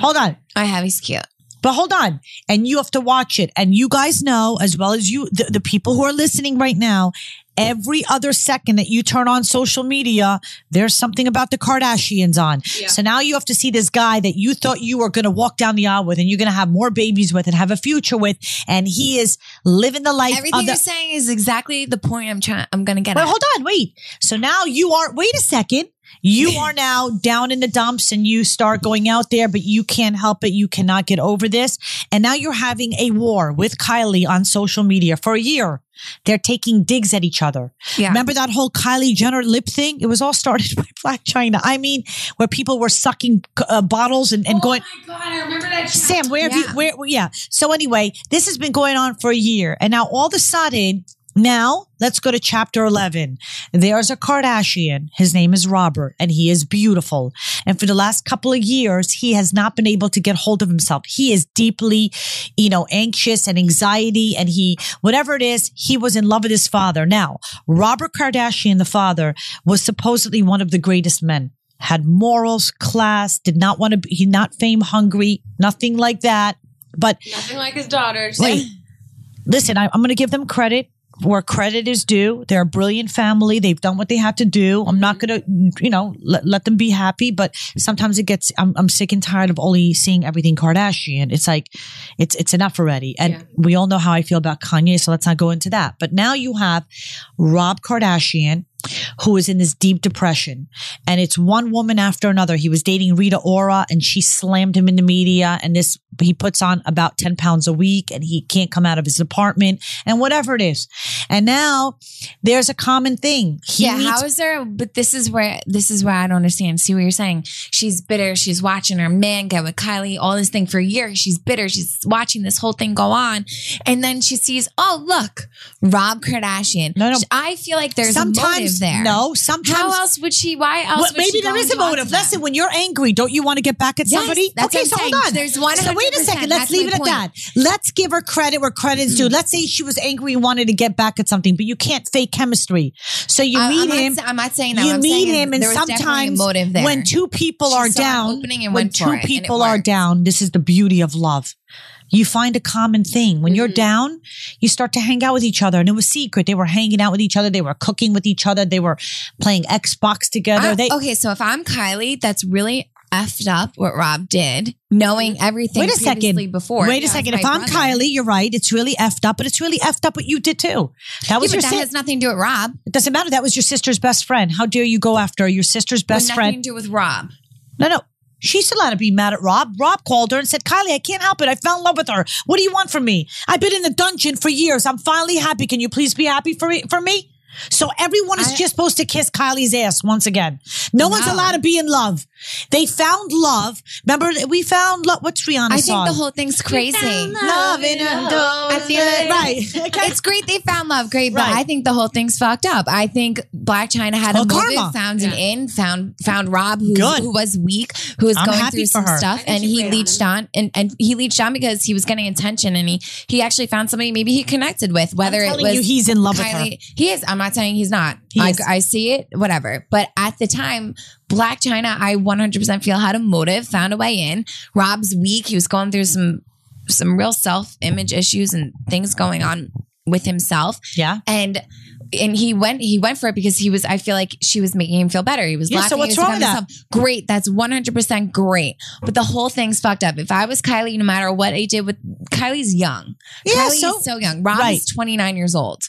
[SPEAKER 2] hold on.
[SPEAKER 1] I have. He's cute.
[SPEAKER 2] But hold on. And you have to watch it. And you guys know, as well as you, the, the people who are listening right now, every other second that you turn on social media, there's something about the Kardashians on. So now you have to see this guy that you thought you were going to walk down the aisle with and you're going to have more babies with and have a future with. And he is living the life
[SPEAKER 1] Everything
[SPEAKER 2] of
[SPEAKER 1] you're
[SPEAKER 2] the.
[SPEAKER 1] saying is exactly the point I'm trying. I'm gonna get.
[SPEAKER 2] Well,
[SPEAKER 1] at.
[SPEAKER 2] hold on, wait. So now you are. Wait a second.
[SPEAKER 1] [LAUGHS]
[SPEAKER 2] You are now down in the dumps, and you start going out there, but you can't help it. You cannot get over this, and now you're having a war with Kylie on social media for a year. They're taking digs at each other.
[SPEAKER 1] Yeah.
[SPEAKER 2] Remember that whole Kylie Jenner lip thing? It was all started [LAUGHS] by Black China. I mean, where people were sucking uh, bottles and, and going.
[SPEAKER 3] Oh my god, I remember that. Chat.
[SPEAKER 2] Sam, where have
[SPEAKER 1] Yeah.
[SPEAKER 2] you, where, well, yeah. So anyway, this has been going on for a year. And now all of a sudden, now let's go to chapter 11. There's a Kardashian. His name is Robert and he is beautiful. And for the last couple of years, he has not been able to get hold of himself. He is deeply, you know, anxious and anxiety. And he, whatever it is, he was in love with his father. Now, Robert Kardashian, the father, was supposedly one of the greatest men had morals, class, did not want to be he not fame hungry, nothing like that. But
[SPEAKER 3] Nothing like his daughter.
[SPEAKER 2] wait, listen, I, I'm going to give them credit where credit is due. They're a brilliant family. They've done what they had to do. I'm not going to, you know, let, let them be happy. But sometimes it gets, I'm, I'm sick and tired of only seeing everything Kardashian. It's like, it's, it's enough already. And
[SPEAKER 3] Yeah.
[SPEAKER 2] we all know how I feel about Kanye. So let's not go into that. But now you have Rob Kardashian. Who is in this deep depression, and it's one woman after another. He was dating Rita Ora, and she slammed him in the media. And this, he puts on about ten pounds a week, and he can't come out of his apartment, and whatever it is. And now there's a common thing. He
[SPEAKER 1] yeah,
[SPEAKER 2] needs-
[SPEAKER 1] how is there? But this is where this is where I don't understand. See what you're saying? She's bitter. She's watching her man get with Kylie, all this thing for a year. She's bitter. She's watching this whole thing go on, and then she sees, oh look, Rob Kardashian.
[SPEAKER 2] No, no.
[SPEAKER 1] I feel like there's a motive
[SPEAKER 2] sometimes
[SPEAKER 1] there.
[SPEAKER 2] No, sometimes.
[SPEAKER 1] How else would she? Why else?
[SPEAKER 2] Well,
[SPEAKER 1] would
[SPEAKER 2] maybe
[SPEAKER 1] she
[SPEAKER 2] there
[SPEAKER 1] go
[SPEAKER 2] is a
[SPEAKER 1] and talk to
[SPEAKER 2] motive.
[SPEAKER 1] them?
[SPEAKER 2] Listen, when you're angry, don't you want to get back at
[SPEAKER 1] Yes,
[SPEAKER 2] somebody?
[SPEAKER 1] that's
[SPEAKER 2] okay,
[SPEAKER 1] what I'm
[SPEAKER 2] so
[SPEAKER 1] saying.
[SPEAKER 2] hold on.
[SPEAKER 1] There's
[SPEAKER 2] So wait a
[SPEAKER 1] 100%.
[SPEAKER 2] second. Let's
[SPEAKER 1] That's
[SPEAKER 2] leave
[SPEAKER 1] my
[SPEAKER 2] it at that. Let's give her credit where credit's due. Let's say she was angry and wanted to get back at something, but you can't fake chemistry. So you
[SPEAKER 1] I-
[SPEAKER 2] meet
[SPEAKER 1] I'm not
[SPEAKER 2] him.
[SPEAKER 1] sa- I'm not saying that.
[SPEAKER 2] You
[SPEAKER 1] What I'm
[SPEAKER 2] meet
[SPEAKER 1] saying is
[SPEAKER 2] him, and
[SPEAKER 1] there was definitely a
[SPEAKER 2] sometimes
[SPEAKER 1] motive there.
[SPEAKER 2] when two people
[SPEAKER 1] She
[SPEAKER 2] are
[SPEAKER 1] saw an
[SPEAKER 2] down,
[SPEAKER 1] opening and
[SPEAKER 2] when
[SPEAKER 1] went
[SPEAKER 2] two
[SPEAKER 1] for it, and it
[SPEAKER 2] people are
[SPEAKER 1] worked.
[SPEAKER 2] down, this is the beauty of love. You find a common thing. When
[SPEAKER 1] Mm-hmm.
[SPEAKER 2] you're down, you start to hang out with each other, and it was secret. They were hanging out with each other. They were cooking with each other. They were playing Xbox together.
[SPEAKER 1] I-
[SPEAKER 2] they
[SPEAKER 1] Ah, okay, so if I'm Kylie, that's really effed up what Rob did, knowing everything
[SPEAKER 2] Wait a
[SPEAKER 1] previously
[SPEAKER 2] second.
[SPEAKER 1] before. Yeah,
[SPEAKER 2] Wait a
[SPEAKER 1] it's
[SPEAKER 2] second.
[SPEAKER 1] my
[SPEAKER 2] If I'm
[SPEAKER 1] brother.
[SPEAKER 2] Kylie, you're right. It's really effed up, but it's really effed up what you did too. That
[SPEAKER 1] Yeah,
[SPEAKER 2] was
[SPEAKER 1] but
[SPEAKER 2] your
[SPEAKER 1] that
[SPEAKER 2] sis-
[SPEAKER 1] has nothing to do with Rob.
[SPEAKER 2] it doesn't matter. That was your sister's best friend. How dare you go after your sister's best
[SPEAKER 1] nothing
[SPEAKER 2] friend?
[SPEAKER 1] to do with Rob.
[SPEAKER 2] no, no. She's allowed to be mad at Rob. Rob called her and said, Kylie, I can't help it. I fell in love with her. What do you want from me? I've been in the dungeon for years. I'm finally happy. Can you please be happy for me? For me? So everyone is
[SPEAKER 1] I-
[SPEAKER 2] just supposed to kiss Kylie's ass once again. No one's
[SPEAKER 1] No.
[SPEAKER 2] allowed to be in love. They found love. Remember, we found love. What's Rihanna's
[SPEAKER 1] I think
[SPEAKER 2] song?
[SPEAKER 1] the whole thing's crazy.
[SPEAKER 2] love in a
[SPEAKER 1] I feel it.
[SPEAKER 2] [LAUGHS] Right. Okay.
[SPEAKER 1] It's great they found love, great, but
[SPEAKER 2] Right.
[SPEAKER 1] I think the whole thing's fucked up. I think Black China had
[SPEAKER 2] Well,
[SPEAKER 1] a motive,
[SPEAKER 2] karma.
[SPEAKER 1] found an in, found found Rob who,
[SPEAKER 2] Good.
[SPEAKER 1] who was weak, who was
[SPEAKER 2] I'm
[SPEAKER 1] going
[SPEAKER 2] happy
[SPEAKER 1] through
[SPEAKER 2] for
[SPEAKER 1] some
[SPEAKER 2] her.
[SPEAKER 1] stuff, and
[SPEAKER 3] she
[SPEAKER 1] he
[SPEAKER 3] played on
[SPEAKER 1] leached on, and and he leached on because he was getting attention, and he he actually found somebody maybe he connected with, whether
[SPEAKER 2] I'm
[SPEAKER 1] it
[SPEAKER 2] telling
[SPEAKER 1] was
[SPEAKER 2] you, he's in love with her.
[SPEAKER 1] Kylie- He is. I'm not saying he's not.
[SPEAKER 2] He
[SPEAKER 1] I,
[SPEAKER 2] is.
[SPEAKER 1] I see it, whatever. But at the time, Black China, I 100% feel had a motive, found a way in. Rob's weak. He was going through some some real self image issues and things going on with himself.
[SPEAKER 2] Yeah.
[SPEAKER 1] And and he went he went for it because he was I feel like she was making him feel better. He was
[SPEAKER 2] Yeah,
[SPEAKER 1] laughing.
[SPEAKER 2] so
[SPEAKER 1] he
[SPEAKER 2] what's
[SPEAKER 1] was
[SPEAKER 2] wrong
[SPEAKER 1] telling
[SPEAKER 2] with that?
[SPEAKER 1] himself, Great, that's one hundred percent great. But the whole thing's fucked up. If I was Kylie, no matter what I did with Kylie's young,
[SPEAKER 2] Yeah,
[SPEAKER 1] Kylie's
[SPEAKER 2] so-
[SPEAKER 1] so, young. Rob
[SPEAKER 2] Right.
[SPEAKER 1] is twenty nine years old,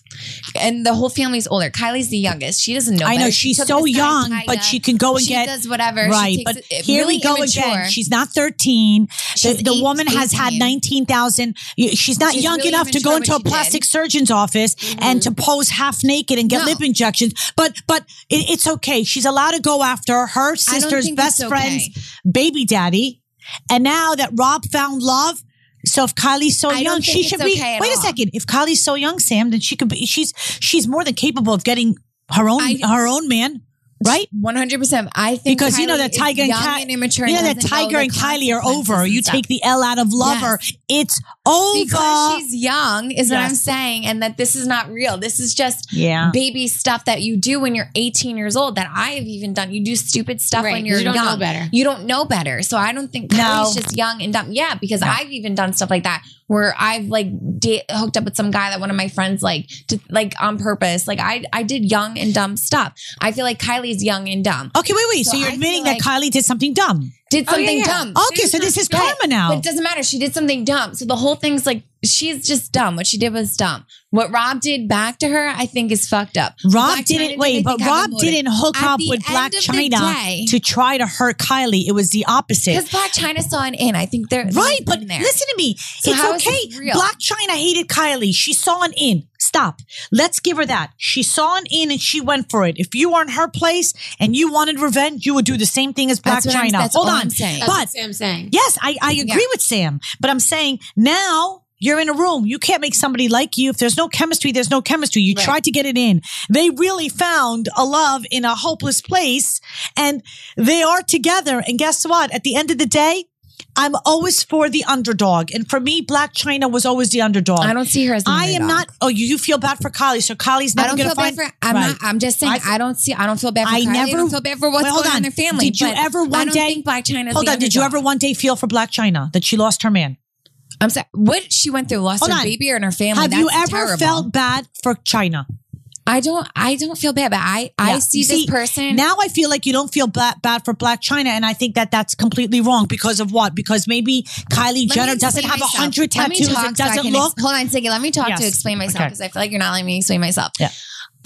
[SPEAKER 1] and the whole family's older. Kylie's the youngest. She doesn't know.
[SPEAKER 2] I know
[SPEAKER 1] better.
[SPEAKER 2] she's
[SPEAKER 1] took
[SPEAKER 2] so
[SPEAKER 1] this guy,
[SPEAKER 2] young,
[SPEAKER 1] Tyga.
[SPEAKER 2] but she can go and
[SPEAKER 1] She
[SPEAKER 2] get
[SPEAKER 1] does whatever. She
[SPEAKER 2] Right,
[SPEAKER 1] takes
[SPEAKER 2] but
[SPEAKER 1] it- it
[SPEAKER 2] here
[SPEAKER 1] really
[SPEAKER 2] we go
[SPEAKER 1] immature.
[SPEAKER 2] again. She's not thirteen.
[SPEAKER 1] She's
[SPEAKER 2] the the
[SPEAKER 1] eight-
[SPEAKER 2] woman has had
[SPEAKER 1] 18.
[SPEAKER 2] nineteen thousand. She's not
[SPEAKER 1] She's
[SPEAKER 2] young
[SPEAKER 1] really
[SPEAKER 2] enough to
[SPEAKER 1] immature
[SPEAKER 2] go into a
[SPEAKER 1] what she did.
[SPEAKER 2] plastic surgeon's office and to pose half naked and get
[SPEAKER 1] No.
[SPEAKER 2] lip injections. But but it, it's okay. She's allowed to go after her
[SPEAKER 1] I don't
[SPEAKER 2] sister's
[SPEAKER 1] think
[SPEAKER 2] best
[SPEAKER 1] it's
[SPEAKER 2] friend's
[SPEAKER 1] okay.
[SPEAKER 2] baby daddy. And now that Rob found love, so if Kylie's so
[SPEAKER 1] I don't
[SPEAKER 2] young,
[SPEAKER 1] think
[SPEAKER 2] she
[SPEAKER 1] it's
[SPEAKER 2] should be.
[SPEAKER 1] okay at
[SPEAKER 2] wait a
[SPEAKER 1] all.
[SPEAKER 2] second. If Kylie's so young, Sam, then she could be. She's she's more than capable of getting her own
[SPEAKER 1] I-
[SPEAKER 2] her own man, right?
[SPEAKER 1] One hundred percent. I think
[SPEAKER 2] Because you know
[SPEAKER 1] Kylie
[SPEAKER 2] that
[SPEAKER 1] is
[SPEAKER 2] Tiger and
[SPEAKER 1] young
[SPEAKER 2] Ky-
[SPEAKER 1] and immature.
[SPEAKER 2] You know
[SPEAKER 1] and
[SPEAKER 2] that
[SPEAKER 1] doesn't know
[SPEAKER 2] Tiger
[SPEAKER 1] the
[SPEAKER 2] and Kylie are over.
[SPEAKER 1] consequences
[SPEAKER 2] You
[SPEAKER 1] and stuff.
[SPEAKER 2] take the L out of lover. It's over.
[SPEAKER 1] because she's young is what
[SPEAKER 2] Yes.
[SPEAKER 1] I'm saying, and that this is not real. This is just
[SPEAKER 2] yeah.
[SPEAKER 1] baby stuff that you do when you're 18 years old. That I have even done. You do stupid stuff
[SPEAKER 3] Right,
[SPEAKER 1] when you're
[SPEAKER 3] you don't
[SPEAKER 1] young.
[SPEAKER 3] know better.
[SPEAKER 1] You don't know better. So I don't think
[SPEAKER 2] No.
[SPEAKER 1] Kylie's just young and dumb. Yeah, because I've even done stuff like that where I've like da- hooked up with some guy that one of my friends like to, like on purpose. Like I I did young and dumb stuff. I feel like Kylie's young and dumb.
[SPEAKER 2] Okay, wait, wait. So,
[SPEAKER 1] So I
[SPEAKER 2] you're
[SPEAKER 1] feel
[SPEAKER 2] admitting that Kylie did something dumb.
[SPEAKER 1] Did
[SPEAKER 3] Oh, yeah,
[SPEAKER 1] something
[SPEAKER 3] yeah.
[SPEAKER 1] dumb.
[SPEAKER 2] Okay, so this is karma
[SPEAKER 1] But
[SPEAKER 2] now.
[SPEAKER 1] it doesn't matter. She did something dumb. So the whole thing's like, she's just dumb. What she did was dumb. What Rob did back to her, I think is fucked up. Blac
[SPEAKER 2] Rob
[SPEAKER 1] Chyna
[SPEAKER 2] didn't wait,
[SPEAKER 1] did, I
[SPEAKER 2] but
[SPEAKER 1] think, have a
[SPEAKER 2] Rob
[SPEAKER 1] motive.
[SPEAKER 2] didn't hook
[SPEAKER 1] At
[SPEAKER 2] up
[SPEAKER 1] the
[SPEAKER 2] with Black
[SPEAKER 1] end of the day-
[SPEAKER 2] China to try to hurt Kylie. It was the opposite.
[SPEAKER 1] Because Black China saw an in. I think they're
[SPEAKER 2] Right, but
[SPEAKER 1] in there.
[SPEAKER 2] listen to me.
[SPEAKER 1] So how is
[SPEAKER 2] it's
[SPEAKER 1] this
[SPEAKER 2] okay.
[SPEAKER 1] real?
[SPEAKER 2] Black China hated Kylie. She saw an in. Stop. Let's give her that. She saw an in and she went for it. If you were in her place and you wanted revenge, you would do the same thing as Black
[SPEAKER 1] That's what I'm-
[SPEAKER 2] China.
[SPEAKER 1] that's
[SPEAKER 2] Hold
[SPEAKER 1] all
[SPEAKER 2] on.
[SPEAKER 1] I'm saying.
[SPEAKER 3] That's
[SPEAKER 2] But
[SPEAKER 3] what Sam's saying.
[SPEAKER 2] Yes, I, I agree
[SPEAKER 1] Yeah.
[SPEAKER 2] with Sam, but I'm saying now you're in a room. You can't make somebody like you. If there's no chemistry, there's no chemistry. You
[SPEAKER 3] Right.
[SPEAKER 2] tried to get it in. They really found a love in a hopeless place and they are together. And guess what? At the end of the day, I'm always for the underdog. And for me, Black China was always the underdog.
[SPEAKER 1] I don't see her as an
[SPEAKER 2] I am
[SPEAKER 1] underdog.
[SPEAKER 2] not. Oh, you, you feel bad for Kylie. So Kylie's
[SPEAKER 1] I
[SPEAKER 2] never
[SPEAKER 1] don't
[SPEAKER 2] going to
[SPEAKER 1] feel
[SPEAKER 2] find.
[SPEAKER 1] bad for. I'm
[SPEAKER 2] Right.
[SPEAKER 1] not. I'm just saying.
[SPEAKER 2] I-
[SPEAKER 1] I, don't see. I don't feel bad for. I
[SPEAKER 2] I never-
[SPEAKER 1] never don't feel bad for what's
[SPEAKER 2] Wait, hold
[SPEAKER 1] going on in
[SPEAKER 2] on.
[SPEAKER 1] their family.
[SPEAKER 2] Did you
[SPEAKER 1] but
[SPEAKER 2] ever one
[SPEAKER 1] I don't
[SPEAKER 2] day-
[SPEAKER 1] think Black China?
[SPEAKER 2] Hold on. Did you ever one day feel for Black China that she lost her man?
[SPEAKER 1] I'm sorry. What she went through, lost
[SPEAKER 2] Hold
[SPEAKER 1] her
[SPEAKER 2] on.
[SPEAKER 1] baby or in her family.
[SPEAKER 2] Have you ever
[SPEAKER 1] that's terrible.
[SPEAKER 2] felt bad for China?
[SPEAKER 1] I don't. I don't feel bad, but I.
[SPEAKER 2] Yeah.
[SPEAKER 1] I see
[SPEAKER 2] You
[SPEAKER 1] this person.
[SPEAKER 2] Now I feel like you don't feel bad, bad for Black China, and I think that that's completely wrong because of what? Because maybe Kylie
[SPEAKER 1] Let me
[SPEAKER 2] Jenner doesn't
[SPEAKER 1] explain
[SPEAKER 2] have a
[SPEAKER 1] myself.
[SPEAKER 2] hundred
[SPEAKER 1] Let me
[SPEAKER 2] tattoos
[SPEAKER 1] talk
[SPEAKER 2] and
[SPEAKER 1] so I
[SPEAKER 2] doesn't
[SPEAKER 1] can
[SPEAKER 2] look.
[SPEAKER 1] ex- hold on, Siggy. Let me talk
[SPEAKER 2] Yes.
[SPEAKER 1] to explain myself
[SPEAKER 2] Okay.
[SPEAKER 1] because I feel like you're not letting me explain myself.
[SPEAKER 2] Yeah.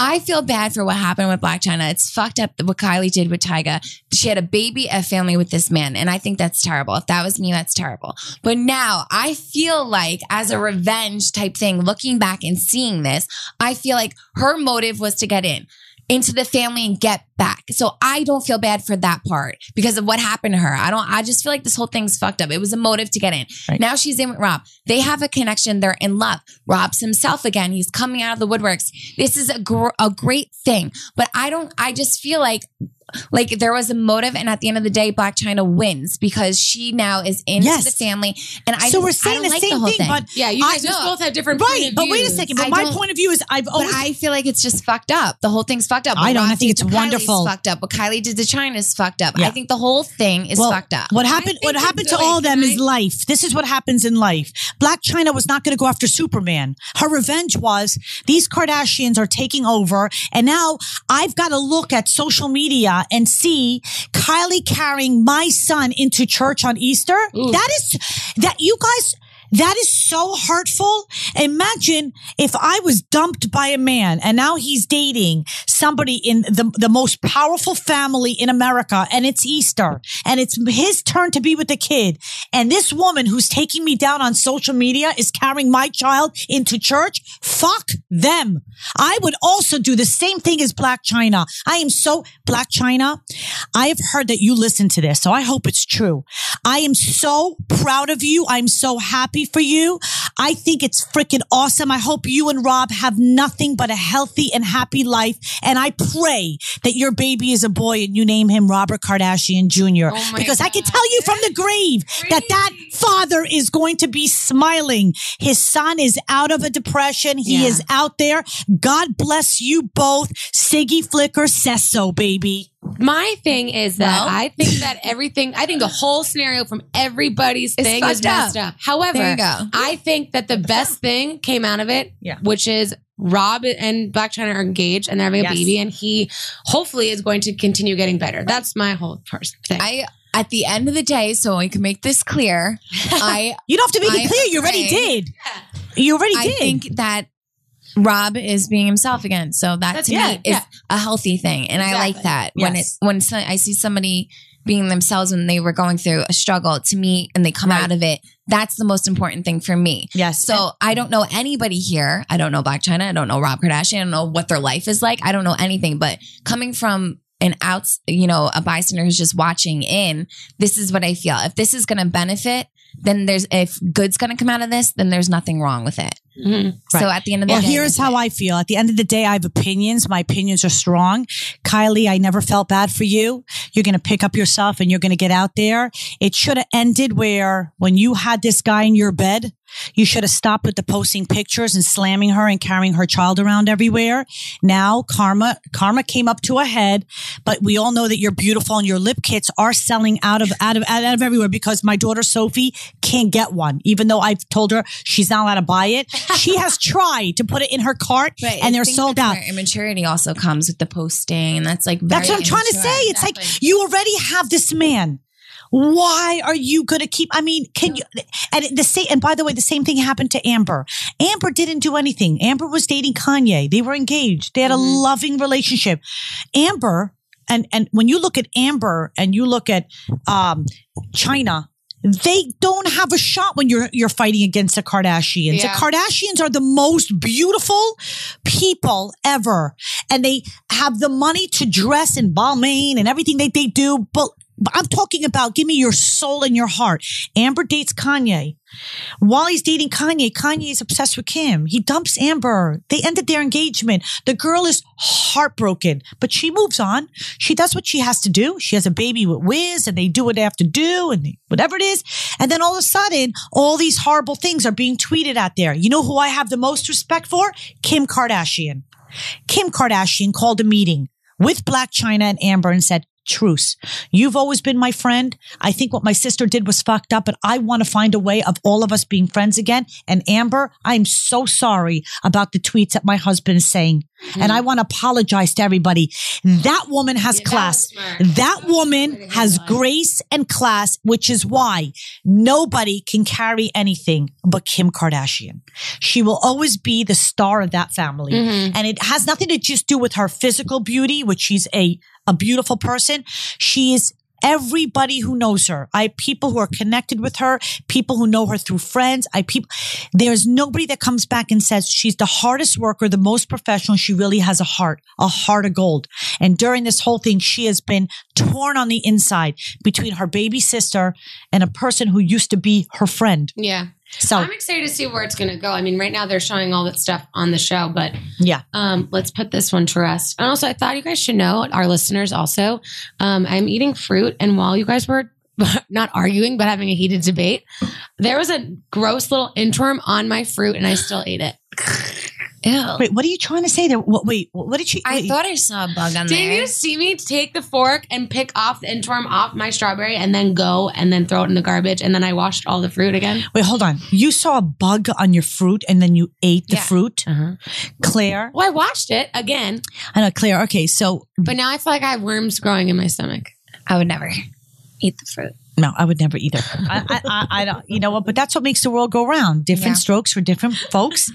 [SPEAKER 1] I feel bad for what happened with Black China. It's fucked up what Kylie did with Tyga. She had a baby, a family with this man, and I think that's terrible. If that was me, that's terrible. But now I feel like, as a revenge type thing, looking back and seeing this, I feel like her motive was to get in into the family and get back. So I don't feel bad for that part because of what happened to her. I don't I just feel like this whole thing's fucked up. It was a motive to get in.
[SPEAKER 2] Right.
[SPEAKER 1] Now she's in with Rob. They have a connection. They're in love. Rob's himself again. He's coming out of the woodworks. This is a gr- a great thing. But I don't I just feel like like there was a motive and at the end of the day Black China wins because she now is into
[SPEAKER 2] Yes.
[SPEAKER 1] the family and I
[SPEAKER 2] so we're
[SPEAKER 1] just- I
[SPEAKER 2] saying
[SPEAKER 1] don't
[SPEAKER 2] the
[SPEAKER 1] like
[SPEAKER 2] same
[SPEAKER 1] whole
[SPEAKER 2] thing, but
[SPEAKER 3] Yeah, you
[SPEAKER 2] I
[SPEAKER 3] guys just
[SPEAKER 2] know.
[SPEAKER 3] both have different point
[SPEAKER 2] right.
[SPEAKER 3] of
[SPEAKER 2] But wait a
[SPEAKER 3] views.
[SPEAKER 2] second. But
[SPEAKER 1] I
[SPEAKER 2] my
[SPEAKER 1] don't-
[SPEAKER 2] point of view is I've
[SPEAKER 1] But
[SPEAKER 2] always.
[SPEAKER 1] I feel like it's just fucked up. The whole thing's fucked up.
[SPEAKER 2] I don't. I
[SPEAKER 1] Rob
[SPEAKER 2] think it's
[SPEAKER 1] did to Kylie's
[SPEAKER 2] wonderful.
[SPEAKER 1] Fucked up. What Kylie did to China is fucked up.
[SPEAKER 2] Yeah.
[SPEAKER 1] I think the whole thing is
[SPEAKER 2] Well,
[SPEAKER 1] fucked up.
[SPEAKER 2] What happened?
[SPEAKER 3] think
[SPEAKER 2] What
[SPEAKER 3] it's
[SPEAKER 2] happened to
[SPEAKER 3] really
[SPEAKER 2] all of them is
[SPEAKER 3] nice.
[SPEAKER 2] life. This is what happens in life. Black China was not going to go after Superman. Her revenge was these Kardashians are taking over, and now I've got to look at social media and see Kylie carrying my son into church on Easter.
[SPEAKER 3] Ooh.
[SPEAKER 2] That is that you guys. That is so hurtful. Imagine if I was dumped by a man and now he's dating somebody in the, the most powerful family in America and it's Easter and it's his turn to be with the kid. And this woman who's taking me down on social media is carrying my child into church. Fuck them. I would also do the same thing as Black China. I am so Black China. I have heard that you listen to this, so I hope it's true. I am so proud of you. I'm so happy for you. I think it's freaking awesome. I hope you and Rob have nothing but a healthy and happy life. And I pray that your baby is a boy and you name him Robert Kardashian Jr.
[SPEAKER 3] Oh my
[SPEAKER 2] because I can
[SPEAKER 3] God.
[SPEAKER 2] tell you from the grave that that father is going to be smiling. His son is out of a depression. He
[SPEAKER 1] Yeah.
[SPEAKER 2] is out there. God bless you both. Siggy Flicker says so, baby.
[SPEAKER 3] My thing is that
[SPEAKER 1] Well-
[SPEAKER 3] I think that everything, I think the whole scenario from everybody's
[SPEAKER 1] It's
[SPEAKER 3] thing is
[SPEAKER 1] fucked up.
[SPEAKER 3] messed up. However,
[SPEAKER 1] There you go.
[SPEAKER 3] I think that the best thing came out of it,
[SPEAKER 2] Yeah.
[SPEAKER 3] which is Rob and Black China are engaged and they're having
[SPEAKER 2] Yes.
[SPEAKER 3] a baby, and he hopefully is going to continue getting better. That's my whole first thing.
[SPEAKER 1] I at the end of the day, so I can make this
[SPEAKER 2] [LAUGHS]
[SPEAKER 1] clear, I
[SPEAKER 2] You don't have to make it
[SPEAKER 1] I
[SPEAKER 2] clear. You already
[SPEAKER 1] agree.
[SPEAKER 2] did. You already
[SPEAKER 1] I
[SPEAKER 2] did.
[SPEAKER 1] think that Rob is being himself again. So that
[SPEAKER 3] That's
[SPEAKER 1] to
[SPEAKER 3] yeah,
[SPEAKER 1] me is
[SPEAKER 3] yeah.
[SPEAKER 1] a healthy thing, and I like
[SPEAKER 3] Exactly.
[SPEAKER 1] that when
[SPEAKER 2] Yes.
[SPEAKER 1] it's when so- I see somebody being themselves when they were going through a struggle to me and they come
[SPEAKER 2] Right.
[SPEAKER 1] out of it. That's the most important thing for me.
[SPEAKER 2] Yes.
[SPEAKER 1] So I don't know anybody here. I don't know Black China. I don't know Rob Kardashian. I don't know what their life is like. I don't know anything. But coming from an out, you know, a bystander who's just watching in, this is what I feel. If this is going to benefit, then there's if good's going to come out of this, then there's nothing wrong with it.
[SPEAKER 3] Mhm.
[SPEAKER 1] So
[SPEAKER 2] Right.
[SPEAKER 1] at the end of the
[SPEAKER 2] Well,
[SPEAKER 1] day,
[SPEAKER 2] here's how I feel. At the end of the day, I have opinions. My opinions are strong. Kylie, I never felt bad for you. You're going to pick up yourself and you're going to get out there. It should have ended where when you had this guy in your bed, you should have stopped with the posting pictures and slamming her and carrying her child around everywhere. Now karma, karma came up to a head, but we all know that you're beautiful and your lip kits are selling out of, out of, out of everywhere because my daughter Sophie can't get one, even though I've told her she's not allowed to buy it. She has tried to put it in her cart
[SPEAKER 1] But I
[SPEAKER 2] and they're
[SPEAKER 1] think
[SPEAKER 2] sold
[SPEAKER 1] that's
[SPEAKER 2] out.
[SPEAKER 1] where immaturity also comes with the posting, and that's like
[SPEAKER 2] That's what
[SPEAKER 1] very
[SPEAKER 2] I'm trying to
[SPEAKER 1] immature.
[SPEAKER 2] say. It's like
[SPEAKER 3] exactly.
[SPEAKER 2] you already have this man. Why are you going to keep? I mean, can you? And the same. And by the way, the same thing happened to Amber. Amber didn't do anything. Amber was dating Kanye. They were engaged. They had a
[SPEAKER 3] Mhm.
[SPEAKER 2] loving relationship. Amber and and when you look at Amber and you look at um, China. They don't have a shot when you're you're fighting against the Kardashians.
[SPEAKER 3] Yeah.
[SPEAKER 2] The Kardashians are the most beautiful people ever, and they have the money to dress in Balmain and everything that they do. But, but I'm talking about give me your soul and your heart. Amber dates Kanye. While he's dating Kanye, Kanye is obsessed with Kim. He dumps Amber. They ended their engagement. The girl is heartbroken, but she moves on. She does what she has to do. She has a baby with Wiz and they do what they have to do and they- whatever it is. And then all of a sudden, all these horrible things are being tweeted out there. You know who I have the most respect for? Kim Kardashian. Kim Kardashian called a meeting with Black China and Amber and said, Truce. You've always been my friend. I think what my sister did was fucked up, but I want to find a way of all of us being friends again. And Amber, I'm so sorry about the tweets that my husband is saying. And I want to apologize to everybody. That woman has
[SPEAKER 3] Yeah, that
[SPEAKER 2] class.
[SPEAKER 3] was smart.
[SPEAKER 2] That
[SPEAKER 3] Way
[SPEAKER 2] woman
[SPEAKER 3] to
[SPEAKER 2] has
[SPEAKER 3] handle it.
[SPEAKER 2] grace and class, which is why nobody can carry anything but Kim Kardashian. She will always be the star of that family.
[SPEAKER 3] Mhm.
[SPEAKER 2] And it has nothing to just do with her physical beauty, which she's a, a beautiful person. She is everybody who knows her. I have people who are connected with her, people who know her through friends. I people there's nobody that comes back and says she's the hardest worker, the most professional. She really has a heart, a heart of gold. And during this whole thing, she has been torn on the inside between her baby sister and a person who used to be her friend.
[SPEAKER 3] Yeah.
[SPEAKER 2] So
[SPEAKER 3] I'm excited to see where it's going to go. I mean, right now they're showing all that stuff on the show, but
[SPEAKER 2] yeah.
[SPEAKER 3] um, let's put this one to rest. And also, I thought you guys should know, our listeners also, um, I'm eating fruit. And while you guys were [LAUGHS] not arguing, but having a heated debate, there was a gross little inchworm on my fruit and I still ate it.
[SPEAKER 1] Ew.
[SPEAKER 2] Wait, what are you trying to say there? What, wait, what did she?
[SPEAKER 1] I
[SPEAKER 2] wait.
[SPEAKER 1] thought I saw a bug on
[SPEAKER 3] Did
[SPEAKER 1] there.
[SPEAKER 3] you see me take the fork and pick off the inchworm off my strawberry and then go and then throw it in the garbage? And then I washed all the fruit again?
[SPEAKER 2] Wait, hold on. You saw a bug on your fruit and then you ate the
[SPEAKER 1] Yeah.
[SPEAKER 2] fruit,
[SPEAKER 3] Uh-huh.
[SPEAKER 2] Claire.
[SPEAKER 3] Well, I washed it again,
[SPEAKER 2] I know, Claire. Okay, so
[SPEAKER 3] but now I feel like I have worms growing in my stomach.
[SPEAKER 1] I would never eat the fruit.
[SPEAKER 2] no, I would never either. [LAUGHS] I, I, I, I don't, you know what? But that's what makes the world go round. Different
[SPEAKER 1] Yeah.
[SPEAKER 2] strokes for different folks.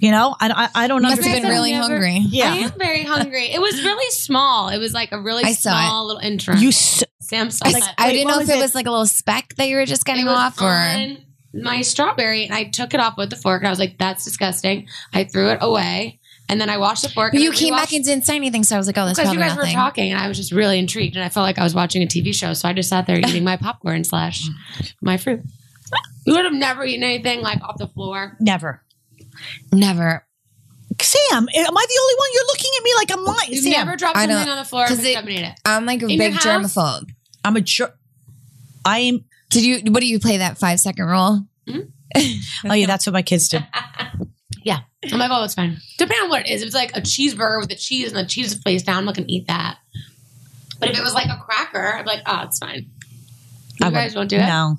[SPEAKER 2] You know, I, I, I don't
[SPEAKER 1] Must have
[SPEAKER 2] understand.
[SPEAKER 1] been really
[SPEAKER 3] Never-
[SPEAKER 1] hungry.
[SPEAKER 3] I
[SPEAKER 2] yeah.
[SPEAKER 3] am very hungry. It was really small. It was like a really
[SPEAKER 1] I saw
[SPEAKER 3] small little intro.
[SPEAKER 2] You s-
[SPEAKER 3] Sam saw
[SPEAKER 1] I,
[SPEAKER 3] that.
[SPEAKER 1] I
[SPEAKER 2] wait,
[SPEAKER 1] didn't
[SPEAKER 2] what
[SPEAKER 1] know
[SPEAKER 2] was
[SPEAKER 1] if it,
[SPEAKER 2] it?
[SPEAKER 1] was like a little speck that you were just
[SPEAKER 3] It
[SPEAKER 1] getting
[SPEAKER 3] was
[SPEAKER 1] off or.
[SPEAKER 3] on my strawberry, and I took it off with the fork. And I was like, "That's disgusting." I threw it away, and then I washed the fork.
[SPEAKER 1] But
[SPEAKER 3] and
[SPEAKER 1] you
[SPEAKER 3] I
[SPEAKER 1] came back
[SPEAKER 3] rewashed-
[SPEAKER 1] and didn't say anything, so I was like, "Oh, that's
[SPEAKER 3] because
[SPEAKER 1] probably
[SPEAKER 3] you guys
[SPEAKER 1] nothing."
[SPEAKER 3] were talking, and I was just really intrigued, and I felt like I was watching a TV show. So I just sat there eating my popcorn slash my fruit. You would have never eaten anything like off the floor.
[SPEAKER 2] never.
[SPEAKER 1] Never,
[SPEAKER 2] Sam, am I the only one? You're looking at me like I'm lying.
[SPEAKER 3] You've
[SPEAKER 2] Sam,
[SPEAKER 3] never dropped
[SPEAKER 1] I don't-
[SPEAKER 3] something on the floor and
[SPEAKER 1] 'cause
[SPEAKER 3] picked
[SPEAKER 1] it-
[SPEAKER 3] up and ate it.
[SPEAKER 1] I'm like a
[SPEAKER 3] In your
[SPEAKER 1] big
[SPEAKER 3] house?
[SPEAKER 1] germaphobe.
[SPEAKER 2] I'm a jerk. I am.
[SPEAKER 1] Did you? What do you play that five second rule?
[SPEAKER 3] Hmm? [LAUGHS]
[SPEAKER 2] Oh yeah, that's what my kids do.
[SPEAKER 3] I'm like, oh, it's fine. Depending on what it is. If it's like a cheeseburger with the cheese and the cheese is placed down, I'm not going to eat that. But if it was like a cracker, I'd be like, oh, it's fine. You
[SPEAKER 2] I
[SPEAKER 3] guys
[SPEAKER 2] would-
[SPEAKER 3] don't do it?
[SPEAKER 2] No,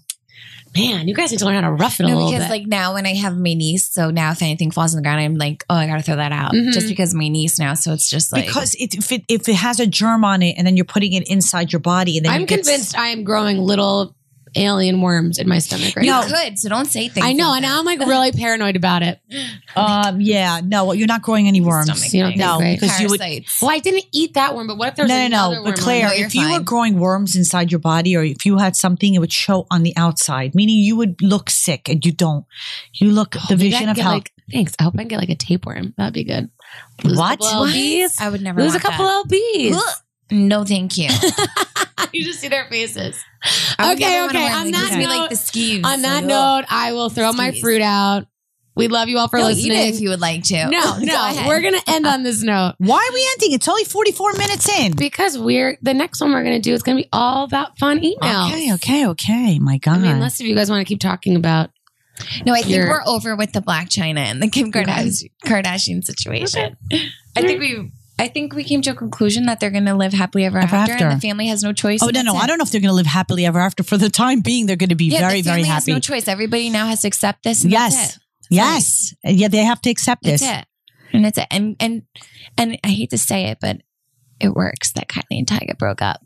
[SPEAKER 3] Man, you guys need to learn how to rough it a
[SPEAKER 1] No,
[SPEAKER 3] little
[SPEAKER 1] because
[SPEAKER 3] bit.
[SPEAKER 1] like now when I have my niece, so now if anything falls on the ground, I'm like, "Oh, I gotta throw that out,"
[SPEAKER 3] Mhm.
[SPEAKER 1] just because my niece now. So it's just like
[SPEAKER 2] because it, if it if it has a germ on it and then you're putting it inside your body and then
[SPEAKER 3] I'm
[SPEAKER 2] you get s-
[SPEAKER 3] convinced I am growing little alien worms in my stomach right
[SPEAKER 1] You
[SPEAKER 3] now.
[SPEAKER 1] could, so don't say things.
[SPEAKER 3] I know,
[SPEAKER 1] like
[SPEAKER 3] and
[SPEAKER 1] that.
[SPEAKER 3] now I'm like really paranoid about it.
[SPEAKER 2] Um, yeah, no, you're not growing any worms.
[SPEAKER 1] Stomach
[SPEAKER 3] You don't
[SPEAKER 1] thing.
[SPEAKER 3] think,
[SPEAKER 2] No,
[SPEAKER 3] right?
[SPEAKER 2] because you would.
[SPEAKER 1] Parasites.
[SPEAKER 3] Well, I didn't eat that worm, but what if
[SPEAKER 2] No,
[SPEAKER 3] there's
[SPEAKER 2] no,
[SPEAKER 3] another
[SPEAKER 2] no.
[SPEAKER 3] worm?
[SPEAKER 2] But Claire,
[SPEAKER 1] No, you're
[SPEAKER 2] if you were
[SPEAKER 1] fine.
[SPEAKER 2] growing worms inside your body, or if you had something, it would show on the outside, meaning you would look sick, and you don't. You
[SPEAKER 1] Oh,
[SPEAKER 2] look the
[SPEAKER 3] Maybe I
[SPEAKER 2] vision
[SPEAKER 3] can
[SPEAKER 2] of
[SPEAKER 3] get,
[SPEAKER 2] health.
[SPEAKER 3] Like, thanks. I hope I can get like a tapeworm. That'd be good.
[SPEAKER 2] What?
[SPEAKER 3] A couple
[SPEAKER 1] What?
[SPEAKER 3] LBs.
[SPEAKER 1] I would never
[SPEAKER 3] Lose a
[SPEAKER 1] want
[SPEAKER 3] couple LBs.
[SPEAKER 1] That. No, thank
[SPEAKER 3] [LAUGHS]
[SPEAKER 1] you.
[SPEAKER 3] you just see their faces.
[SPEAKER 1] I would
[SPEAKER 3] Okay,
[SPEAKER 1] never wanna
[SPEAKER 3] okay,
[SPEAKER 1] wear
[SPEAKER 3] on
[SPEAKER 1] them. They
[SPEAKER 3] that
[SPEAKER 1] give me,
[SPEAKER 3] note-
[SPEAKER 1] like the skeeves.
[SPEAKER 3] On that
[SPEAKER 1] Ugh.
[SPEAKER 3] note, I will throw my
[SPEAKER 1] Skis.
[SPEAKER 3] fruit out. We love you all for
[SPEAKER 1] No, eat
[SPEAKER 3] listening.
[SPEAKER 1] it if you would like to.
[SPEAKER 3] no,
[SPEAKER 1] [LAUGHS] Go
[SPEAKER 3] no,
[SPEAKER 1] ahead.
[SPEAKER 3] we're gonna end on this note
[SPEAKER 2] Why are we ending? It's only 44 minutes in.
[SPEAKER 3] because we're the next one we're gonna do is gonna be all about fun emails.
[SPEAKER 2] Okay, okay, okay. My God.
[SPEAKER 3] I mean, unless if you guys want to keep talking about
[SPEAKER 1] No, I think
[SPEAKER 3] You're-
[SPEAKER 1] we're over with the Black China and the Kim Kardashian, Kardashian situation. I think we. I think we came to a conclusion that they're going to live happily ever,
[SPEAKER 2] Ever
[SPEAKER 1] after,
[SPEAKER 2] after.
[SPEAKER 1] and the family has no choice.
[SPEAKER 2] oh,
[SPEAKER 1] and
[SPEAKER 2] no,
[SPEAKER 1] that's
[SPEAKER 2] no.
[SPEAKER 1] it.
[SPEAKER 2] I don't know if they're going to live happily ever after. For the time being, they're going to be
[SPEAKER 1] Yeah,
[SPEAKER 2] very,
[SPEAKER 1] the
[SPEAKER 2] very
[SPEAKER 1] family has
[SPEAKER 2] happy.
[SPEAKER 1] no choice. Everybody now has to accept this. And
[SPEAKER 2] yes.
[SPEAKER 1] That's
[SPEAKER 2] Yes. Yeah, they have to accept
[SPEAKER 1] that's
[SPEAKER 2] this.
[SPEAKER 1] it. That's it. And it's it. And and and I hate to say it, but it works that Kylie and Tyga broke up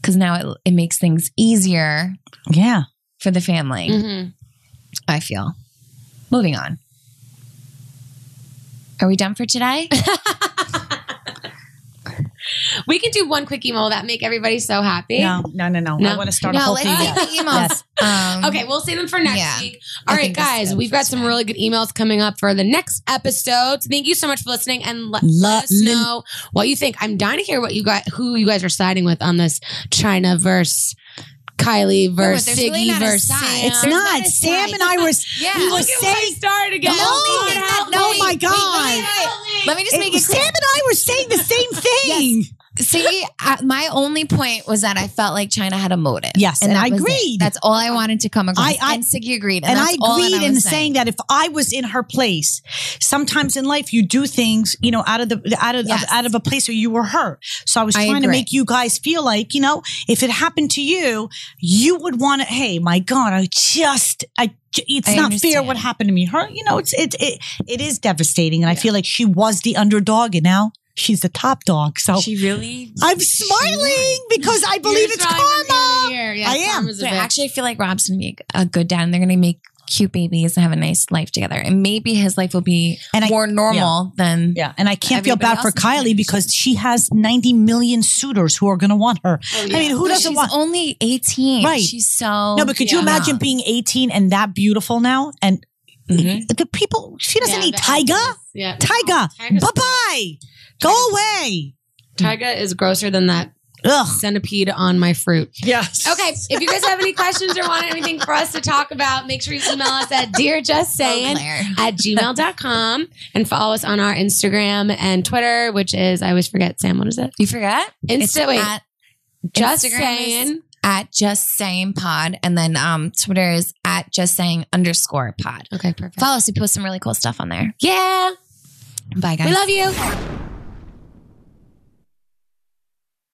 [SPEAKER 1] because now it it makes things easier
[SPEAKER 2] Yeah.
[SPEAKER 1] for the family.
[SPEAKER 3] mm-hmm.
[SPEAKER 1] I feel. Moving on. Are we done for today?
[SPEAKER 3] we can do one quick email that make everybody so happy.
[SPEAKER 2] No, no, no, no.
[SPEAKER 3] No.
[SPEAKER 2] I want to start a
[SPEAKER 1] no,
[SPEAKER 2] whole
[SPEAKER 1] let's
[SPEAKER 2] thing.
[SPEAKER 1] see
[SPEAKER 2] again.
[SPEAKER 1] the emails. Um,
[SPEAKER 2] Mm-hmm.
[SPEAKER 3] Okay, we'll save them for next
[SPEAKER 1] Yeah.
[SPEAKER 3] week. All
[SPEAKER 1] I
[SPEAKER 3] right,
[SPEAKER 1] think that's
[SPEAKER 3] guys,
[SPEAKER 1] good
[SPEAKER 3] we've
[SPEAKER 1] for
[SPEAKER 3] got some
[SPEAKER 1] today.
[SPEAKER 3] really good emails coming up for the next episodes. Thank you so much for listening, and let,
[SPEAKER 2] La-
[SPEAKER 3] let us
[SPEAKER 2] lin-
[SPEAKER 3] know what you think. I'm dying to hear what you guys, who you guys are siding with on this China verse Kylie
[SPEAKER 1] but
[SPEAKER 3] verse
[SPEAKER 1] there's
[SPEAKER 3] Siggy
[SPEAKER 1] really not a
[SPEAKER 3] verse
[SPEAKER 1] side.
[SPEAKER 3] Sam.
[SPEAKER 2] It's
[SPEAKER 1] There's
[SPEAKER 2] not.
[SPEAKER 1] not a
[SPEAKER 2] Sam
[SPEAKER 1] side.
[SPEAKER 2] and I were.
[SPEAKER 1] Yeah.
[SPEAKER 2] We were
[SPEAKER 1] Look
[SPEAKER 2] saying.
[SPEAKER 3] started
[SPEAKER 2] No,
[SPEAKER 3] again.
[SPEAKER 1] Don't make it
[SPEAKER 2] oh
[SPEAKER 1] up. No,
[SPEAKER 2] my
[SPEAKER 1] wait,
[SPEAKER 2] God.
[SPEAKER 1] Let me just make
[SPEAKER 2] It-
[SPEAKER 1] it
[SPEAKER 2] Sam
[SPEAKER 1] clear.
[SPEAKER 2] and I were saying
[SPEAKER 1] [LAUGHS]
[SPEAKER 2] the same thing.
[SPEAKER 1] See, I, my only point was that I felt like China had a motive.
[SPEAKER 2] Yes, and
[SPEAKER 1] that
[SPEAKER 2] I
[SPEAKER 1] was it.
[SPEAKER 2] agreed.
[SPEAKER 1] That's all I wanted to come across.
[SPEAKER 2] I- I-
[SPEAKER 1] and Siggy agreed.
[SPEAKER 2] and I
[SPEAKER 1] that's all
[SPEAKER 2] agreed
[SPEAKER 1] that I
[SPEAKER 2] in
[SPEAKER 1] was
[SPEAKER 2] saying that if I was in her place, sometimes in life you do things, you know, out of the out of
[SPEAKER 1] Yes.
[SPEAKER 2] out of a place where you were hurt. So I was
[SPEAKER 1] I
[SPEAKER 2] trying to
[SPEAKER 1] agree.
[SPEAKER 2] make you guys feel like, you know, if it happened to you, you would want to. Hey, my God, I just, I, j- it's
[SPEAKER 1] I
[SPEAKER 2] not fair
[SPEAKER 1] understand.
[SPEAKER 2] what happened to me. Her, you know, it's it it it is devastating, and I feel like she was the underdog, and now she's the top dog. So
[SPEAKER 1] She really.
[SPEAKER 2] I'm smiling because I believe it's karma. I am.
[SPEAKER 1] But I actually feel like Rob's gonna be a good dad, and they're gonna make cute babies and have a nice life together, and maybe his life will be
[SPEAKER 2] And I-
[SPEAKER 1] more normal than.
[SPEAKER 2] Yeah, and I can't feel
[SPEAKER 1] Everybody
[SPEAKER 2] bad for
[SPEAKER 1] else is doing
[SPEAKER 2] Kylie
[SPEAKER 1] it.
[SPEAKER 2] because she has 90 million suitors who are going to want her. I mean, who
[SPEAKER 1] But
[SPEAKER 2] doesn't
[SPEAKER 1] she's
[SPEAKER 2] want?
[SPEAKER 1] only 18.
[SPEAKER 2] Right.
[SPEAKER 1] She's so.
[SPEAKER 2] no, but could you
[SPEAKER 1] young.
[SPEAKER 2] imagine being 18 and that beautiful now? And
[SPEAKER 1] Mhm.
[SPEAKER 2] the people, she doesn't need Tyga.
[SPEAKER 3] Yeah,
[SPEAKER 2] Tyga,
[SPEAKER 3] Tyga's-
[SPEAKER 2] bye bye. Go away.
[SPEAKER 3] Tyga is grosser than that
[SPEAKER 2] Ugh.
[SPEAKER 3] centipede on my fruit.
[SPEAKER 2] Yes.
[SPEAKER 3] Okay, if you guys have any questions or want anything for us to talk about, make sure you email us at
[SPEAKER 1] Oh,
[SPEAKER 3] dearjustsaying
[SPEAKER 1] Claire.
[SPEAKER 3] at gmail.com and follow us on our Instagram and Twitter, which is, I always forget, Sam, what is it?
[SPEAKER 1] You forget? It's
[SPEAKER 3] Insta, wait,
[SPEAKER 1] at,
[SPEAKER 3] just
[SPEAKER 1] Instagram is-
[SPEAKER 3] saying.
[SPEAKER 1] at just saying pod. And then um, Twitter is at just saying underscore pod.
[SPEAKER 3] okay, perfect.
[SPEAKER 1] Follow us. We post some really cool stuff on there.
[SPEAKER 3] Yeah,
[SPEAKER 1] Bye, guys.
[SPEAKER 3] we love you.